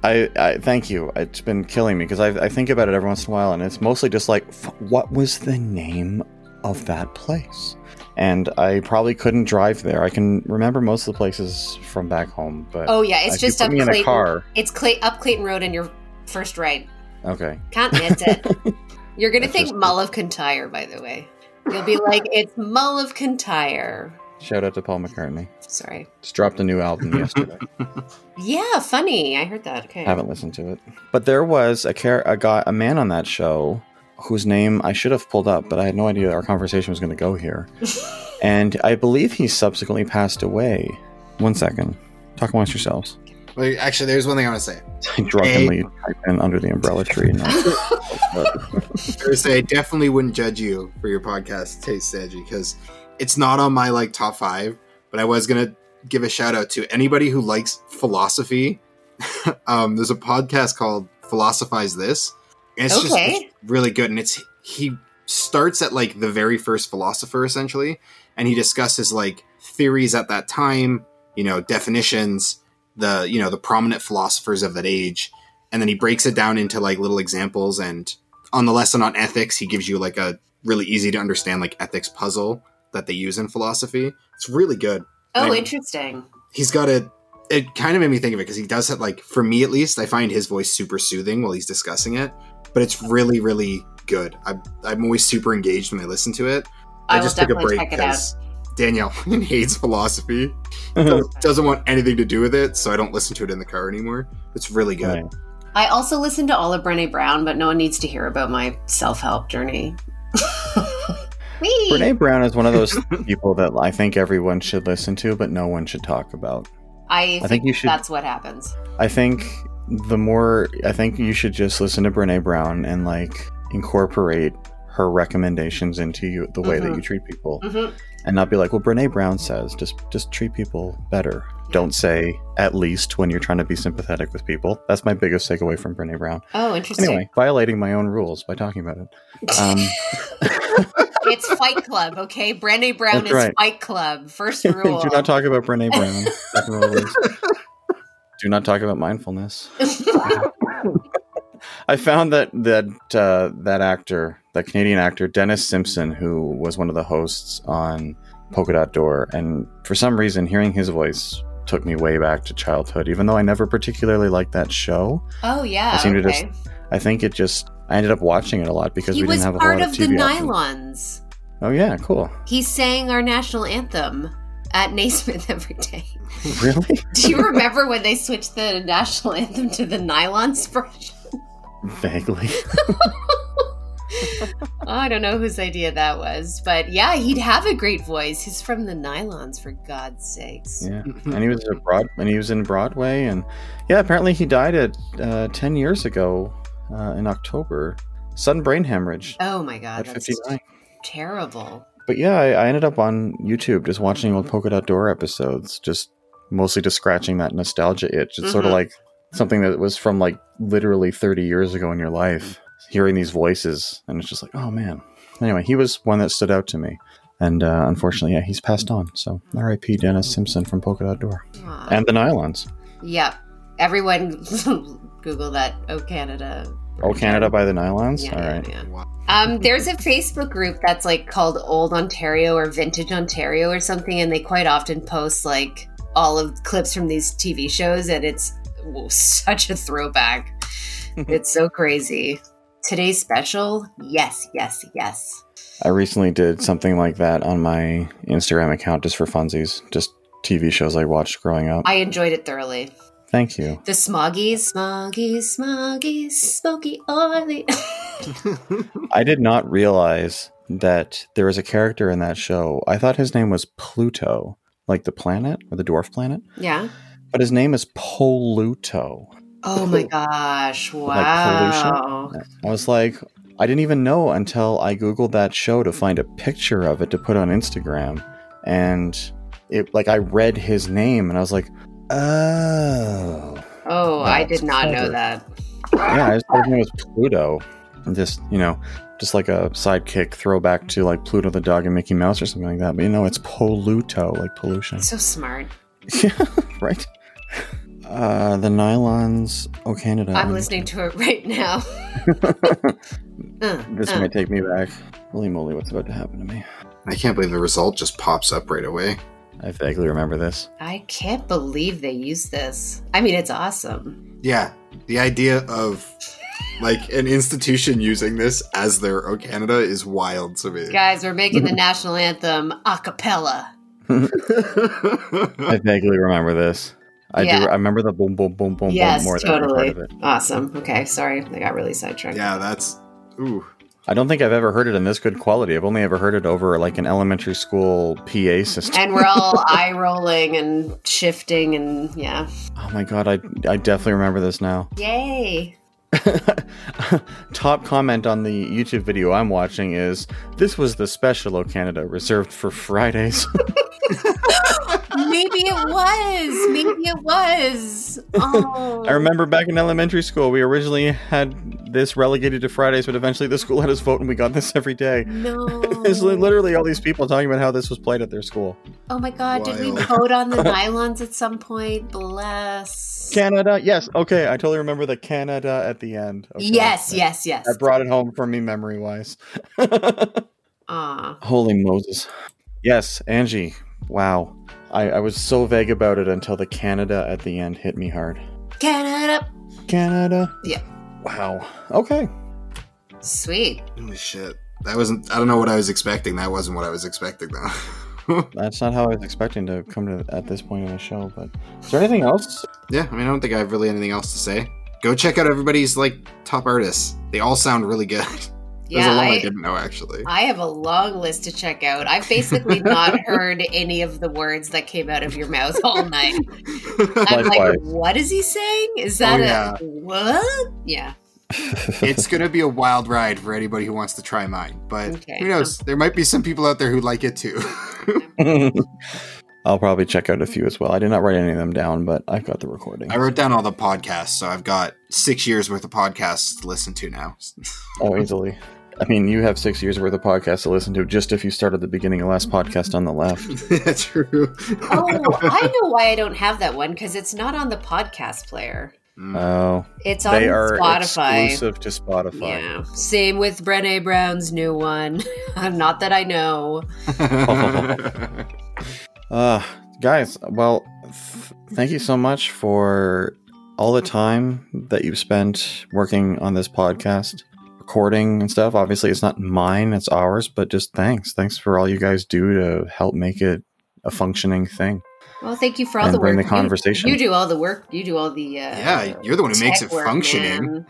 S2: I, I thank you. It's been killing me because I, I think about it every once in a while, and it's mostly just like, f- what was the name of that place? And I probably couldn't drive there. I can remember most of the places from back home, but
S4: Oh yeah, it's
S2: if you
S4: just
S2: put
S4: up
S2: me in
S4: Clayton.
S2: a car.
S4: It's Clay up Clayton Road and your first right.
S2: Okay,
S4: Can't miss it. You're gonna
S2: That's
S4: think
S2: just-
S4: Mull of Kintyre, by the way. You'll be like, it's Mull of Kintyre.
S2: shout out to Paul McCartney.
S4: Sorry.
S2: Just dropped a new album yesterday.
S4: Yeah, funny. I heard that. Okay.
S2: haven't listened to it. But there was a car- a guy, a man on that show whose name I should have pulled up, but I had no idea our conversation was going to go here. and I believe he subsequently passed away. One second. Talk amongst yourselves.
S3: Wait, actually, there's one thing I want to say.
S2: I drunkenly typed in under the umbrella tree. And
S3: I would say I definitely wouldn't judge you for your podcast taste, Edgy, because it's not on my like top five. But I was gonna give a shout out to anybody who likes philosophy. um, there's a podcast called Philosophize This, and it's just
S4: Okay.
S3: it's really good. And it's he starts at like the very first philosopher essentially, and he discusses like theories at that time, you know, definitions, the you know the prominent philosophers of that age, and then he breaks it down into like little examples and on the lesson on ethics, he gives you like a really easy to understand like ethics puzzle that they use in philosophy. It's really good.
S4: oh,
S3: I-
S4: interesting.
S3: He's got a. It kind of made me think of it because he does it like for me at least. I find his voice super soothing while he's discussing it, but it's really really good. I'm I'm always super engaged when I listen to it.
S4: I, will definitely check it out.
S3: Danielle hates philosophy. Doesn't- doesn't want anything to do with it, so I don't listen to it in the car anymore. It's really good.
S4: I also listen to all of Brene Brown, but no one needs to hear about my self help journey. Whee!
S2: Brene Brown is one of those people that I think everyone should listen to, but no one should talk about.
S4: I,
S2: I think you should.
S4: that's what happens.
S2: I think the more I think you should just listen to Brene Brown and like incorporate her recommendations into you the way that
S4: Mhm.
S2: you treat people
S4: hmm
S2: and not be like, well, Brene Brown says just just treat people better. Don't say at least when you're trying to be sympathetic with people. That's my biggest takeaway from Brene Brown.
S4: Oh, interesting.
S2: Anyway, violating my own rules by talking about it. Um,
S4: it's Fight Club, okay? Brene Brown
S2: That's
S4: is
S2: right.
S4: Fight Club. First rule.
S2: do not talk about Brene Brown. Second rule is, do not talk about mindfulness. I found that that uh, that actor, that Canadian actor Dennis Simpson, who was one of the hosts on Polka Dot Door, and for some reason, hearing his voice took me way back to childhood. Even though I never particularly liked that show,
S4: oh yeah.
S2: I seem to
S4: okay.
S2: just- I think it just I ended up watching it a lot because
S4: he
S2: we didn't
S4: was
S2: have a whole
S4: part
S2: lot of
S4: of the
S2: TV. options.
S4: Nylons.
S2: Oh yeah, cool.
S4: He sang our national anthem at Naismith every day.
S2: Really?
S4: Do you remember when they switched the national anthem to the Nylons version?
S2: Vaguely.
S4: Oh, I don't know whose idea that was, but yeah, he'd have a great voice. He's from the Nylons, for God's sakes.
S2: Yeah, and he was a broad and he was in Broadway, and yeah, apparently he died at uh, ten years ago uh, in October, sudden brain hemorrhage
S4: Oh my God,
S2: at
S4: that's
S2: fifty nine.
S4: terrible.
S2: But yeah, I, I ended up on YouTube just watching old Polka Dot Door episodes, just mostly just scratching that nostalgia itch. It's sort of
S4: Mhm.
S2: like something that was from like literally 30 years ago in your life, hearing these voices, and it's just like, oh man. Anyway, he was one that stood out to me. And uh, unfortunately, yeah, he's passed on. So R.I.P. Dennis Simpson from Polka Dot Door
S4: Aw.
S2: and the Nylons.
S4: yep, everyone Google that. Oh Canada.
S2: Oh, Canada by the Nylons.
S4: Yeah,
S2: All
S4: yeah,
S2: right.
S4: yeah.
S3: Wow.
S4: Um, there's a Facebook group that's like called Old Ontario or Vintage Ontario or something, and they quite often post like all of clips from these TV shows, and it's whoa, such a throwback. it's so crazy. Today's special, yes, yes, yes.
S2: I recently did something like that on my Instagram account just for funsies, just TV shows I watched growing up.
S4: I enjoyed it thoroughly.
S2: Thank you.
S4: The Smoggies, Smoggies, Smoggies, Smoky Oily.
S2: I did not realize that there was a character in that show. I thought his name was Pluto, like the planet or the dwarf planet,
S4: yeah.
S2: but his name is Poluto.
S4: Oh my gosh! Wow.
S2: pollution? I was like, I didn't even know until I googled that show to find a picture of it to put on Instagram, and it like I read his name and I was like, oh,
S4: oh, I
S2: That's
S4: did not know
S2: clever.
S4: that.
S2: yeah, I just thought his name was Pluto, and just you know. Just like a sidekick throwback to like Pluto the dog and Mickey Mouse or something like that, but you know it's Poluto, like pollution.
S4: So smart.
S2: Yeah, right. Uh, the nylons. Oh, Canada.
S4: I'm
S2: and-
S4: listening to it right now. Uh,
S2: This
S4: uh.
S2: might take me back. Holy moly, what's about to happen to me?
S3: I can't believe the result just pops up right away.
S2: I vaguely remember this.
S4: I can't believe they use this. I mean, it's awesome.
S3: Yeah, the idea of like an institution using this as their O Canada is wild to me.
S4: Guys, we're making the national anthem a cappella.
S2: I vaguely remember this. I
S4: Yeah.
S2: do. I remember the boom, boom, boom, boom,
S4: Yes,
S2: boom more
S4: totally.
S2: than every part of it.
S4: Awesome. Okay, sorry. I got really sidetracked.
S3: yeah, that's ooh.
S2: I don't think I've ever heard it in this good quality. I've only ever heard it over like an elementary school PA system.
S4: And we're all eye rolling and shifting and yeah.
S2: oh my god, I I definitely remember this now.
S4: Yay.
S2: Top comment on the YouTube video I'm watching is this was the special O Canada reserved for Fridays.
S4: Maybe it was. Maybe it was. Oh.
S2: I remember back in elementary school, we originally had this relegated to Fridays, but eventually the school let us vote and we got this every day. There's li-
S4: No.
S2: literally all these people talking about how this was played at their school.
S4: Oh my God. Did we
S3: Wild.
S4: vote on the nylons at some point? Bless.
S2: Canada, yes, okay, I totally remember the Canada at the end. Okay.
S4: Yes, yes, yes.
S2: That brought it home for me memory wise.
S4: Aw.
S2: Holy Moses. Yes, Angie. Wow. I, I was so vague about it until the Canada at the end hit me hard.
S4: Canada.
S2: Canada?
S4: Yeah.
S2: Wow. Okay.
S4: Sweet.
S3: Holy shit. That wasn't I don't know what I was expecting. That wasn't what I was expecting though.
S2: That's not how I was expecting to come to at this point in the show, but is there anything else?
S3: yeah, I mean I don't think I have really anything else to say. Go check out everybody's like top artists. They all sound really good. There's
S4: Yeah,
S3: a lot I,
S4: I,
S3: didn't know actually.
S4: I have a long list to check out. I've basically not heard any of the words that came out of your mouth all night. I'm
S2: Likewise.
S4: like, what is he saying? Is that
S3: Oh,
S4: a
S3: yeah.
S4: what? Yeah.
S3: it's gonna be a wild ride for anybody who wants to try mine. But
S4: Okay.
S3: who knows? There might be some people out there who like it too.
S2: I'll probably check out a few as well. I did not write any of them down, but I've got the recording.
S3: I wrote down all the podcasts, so I've got six years worth of podcasts to listen to now.
S2: Oh, easily. I mean, you have six years worth of podcasts to listen to just if you started the beginning of last podcast on the left.
S3: That's true.
S4: Oh, I know why I don't have that one because it's not on the podcast player.
S3: Mm.
S2: Oh,
S4: It's on
S2: they are
S4: Spotify.
S2: exclusive to Spotify.
S4: Yeah. Same with Brené Brown's new one. not that I know.
S2: Uh, guys, well, th- thank you so much for all the time that you've spent working on this podcast, recording and stuff. Obviously, it's not mine, it's ours, but just thanks. Thanks for all you guys do to help make it a functioning thing.
S4: Well, thank you for all
S2: And
S4: the
S2: bring
S4: work.
S2: the
S4: You-
S2: conversation.
S4: You, do all the work. You do all the. Uh,
S3: Yeah, you're the one who
S4: tech
S3: makes it
S4: work,
S3: functioning.
S4: man.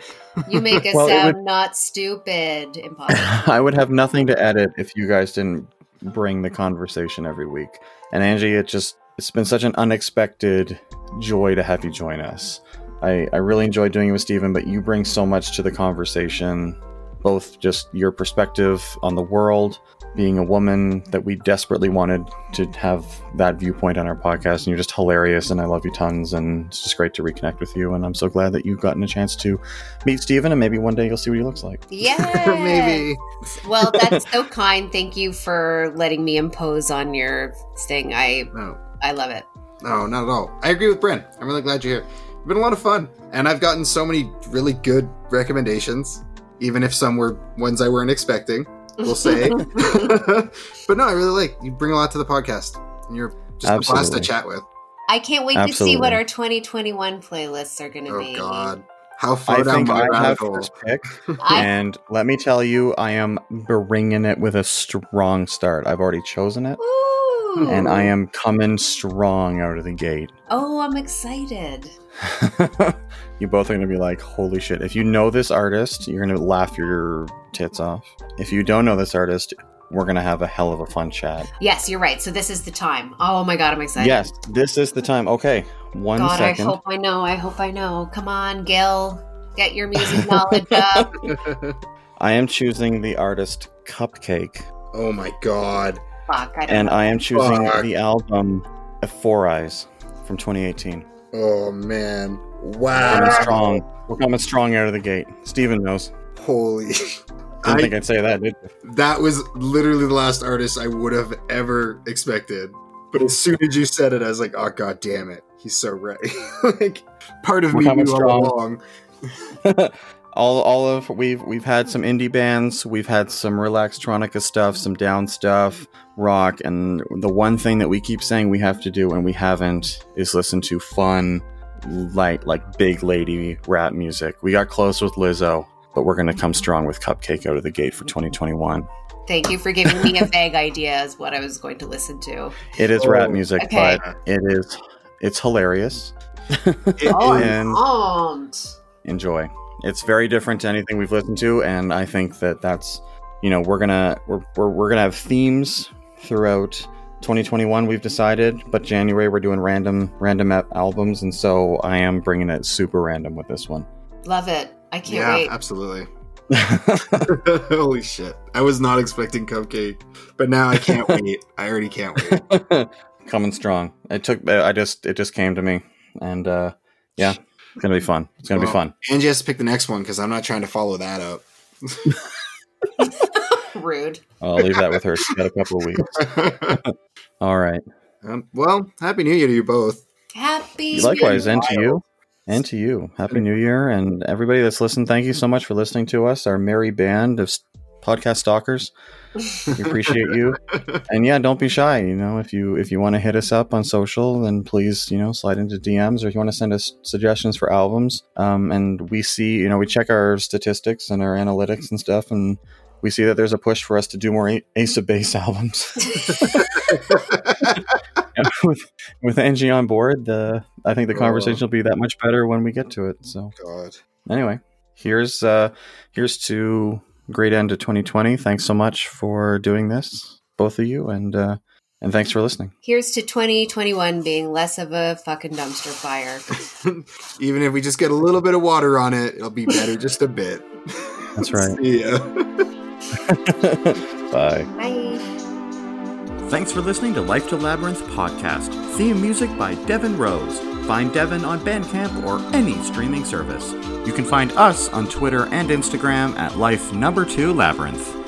S4: You make us
S2: Well, it
S4: sound not stupid. Impossible.
S2: I would have nothing to edit if you guys didn't bring the conversation every week. And Angie, it just it's been such an unexpected joy to have you join us. I, I really enjoy doing it with Steven, but you bring so much to the conversation, both just your perspective on the world, being a woman that we desperately wanted to have that viewpoint on our podcast, and you're just hilarious and I love you tons and it's just great to reconnect with you and I'm so glad that you've gotten a chance to meet Steven and maybe one day you'll see what he looks like.
S4: Yeah.
S3: Maybe.
S4: Well, that's so kind. Thank you for letting me impose on your thing. I
S3: No,
S4: I love it.
S3: no, not at all. I agree with Bryn. I'm really glad you're here. It's been a lot of fun, and I've gotten so many really good recommendations, even if some were ones I weren't expecting. We'll say, but no, I really like you. Bring a lot to the podcast, and you're just a blast to
S2: Absolutely.
S3: chat with.
S4: I can't wait to see what
S2: Absolutely.
S4: our 2021 playlists are going to
S3: Oh
S4: be.
S3: God, how far
S2: I
S3: down
S2: think
S3: my
S2: I
S3: rabbit
S2: have
S3: hole?
S2: first pick,
S4: I,
S2: and let me tell you, I am bringing it with a strong start. I've already chosen it,
S4: Ooh.
S2: and I am coming strong out of the gate.
S4: Oh, I'm excited.
S2: you both are going to be like, "Holy shit!" If you know this artist, you're going to laugh your tits off. If you don't know this artist, we're going to have a hell of a fun chat.
S4: Yes, you're right. So this is the time. Oh my God, I'm excited.
S2: Yes, this is the time. Okay, one second.
S4: God, I hope I know. I hope I know. Come on, Gil. Get your music knowledge up.
S2: I am choosing the artist Cupcake.
S3: oh my God.
S4: Fuck, I don't
S2: and uh,
S4: know.
S2: I am choosing
S3: Fuck.
S2: the album Four Eyes from 2018.
S3: Oh man.
S2: We're
S3: Wow.
S2: coming strong. We're coming strong out of the gate. Steven knows.
S3: Holy.
S2: Didn't
S3: I,
S2: think I'd say that. Did you?
S3: that was literally the last artist I would have ever expected. But as soon as you said it, I was like, oh god damn it. He's so right. like part of
S2: We're
S3: me
S2: coming
S3: knew
S2: strong.
S3: all along.
S2: all, all of we've we've had some indie bands, we've had some relaxtronica stuff, some down stuff, rock, and the one thing that we keep saying we have to do and we haven't is listen to fun, light like big lady rap music. We got close with Lizzo, but we're gonna come strong with Cupcake out of the gate for 2021.
S4: Thank you for giving me a vague idea as what I was going to listen to.
S2: It is
S3: Oh,
S2: rap music,
S4: okay.
S2: but it is it's hilarious.
S3: It
S4: Oh,
S3: is-
S2: And-
S4: I'm pumped.
S2: Enjoy. It's very different to anything we've listened to, and I think that that's you know we're gonna we're we're, we're gonna have themes throughout 2021. We've decided, but January we're doing random random ep- albums, and so I am bringing it super random with this one.
S4: Love it. I can't
S3: yeah,
S2: uh,
S4: wait.
S3: absolutely.
S2: I
S3: Holy shit. I was not expecting Cupcake, but now I can't wait. I already can't wait.
S2: Coming strong. It took. I just it just came to me, and uh yeah, it's gonna be fun. It's gonna be
S3: Well,
S2: fun.
S3: Angie has to pick the next one because I'm not trying to follow that up.
S4: Rude.
S2: I'll leave that with her. She's got a couple of weeks. All right.
S3: um, well, happy new year to you both.
S4: Happy.
S2: Likewise, and to
S3: wild.
S2: you. And to you. Happy New Year. And everybody that's listened, thank you so much for listening to us, our merry band of s- podcast stalkers. We appreciate you. And yeah, don't be shy. You know, if you if you want to hit us up on social, then please, you know, slide into DMs or if you want to send us suggestions for albums. Um, and we see, you know, we check our statistics and our analytics and stuff, and we see that there's a push for us to do more A- Ace of Base albums. with, with Angie on board, the I think the conversation will be that much better when we get to it. So
S3: God.
S2: anyway, here's uh here's to great end of 2020. Thanks so much for doing this, both of you, and uh, and thanks for listening.
S4: Here's to 2021 being less of a fucking dumpster fire.
S3: Even if we just get a little bit of water on it, it'll be better just a bit.
S2: That's right.
S3: See ya.
S2: Bye.
S4: Bye.
S1: Thanks for listening to Life to Labyrinth podcast. Theme music by Devin Rose. Find Devin on Bandcamp or any streaming service. You can find us on Twitter and Instagram at Life Number Two Labyrinth.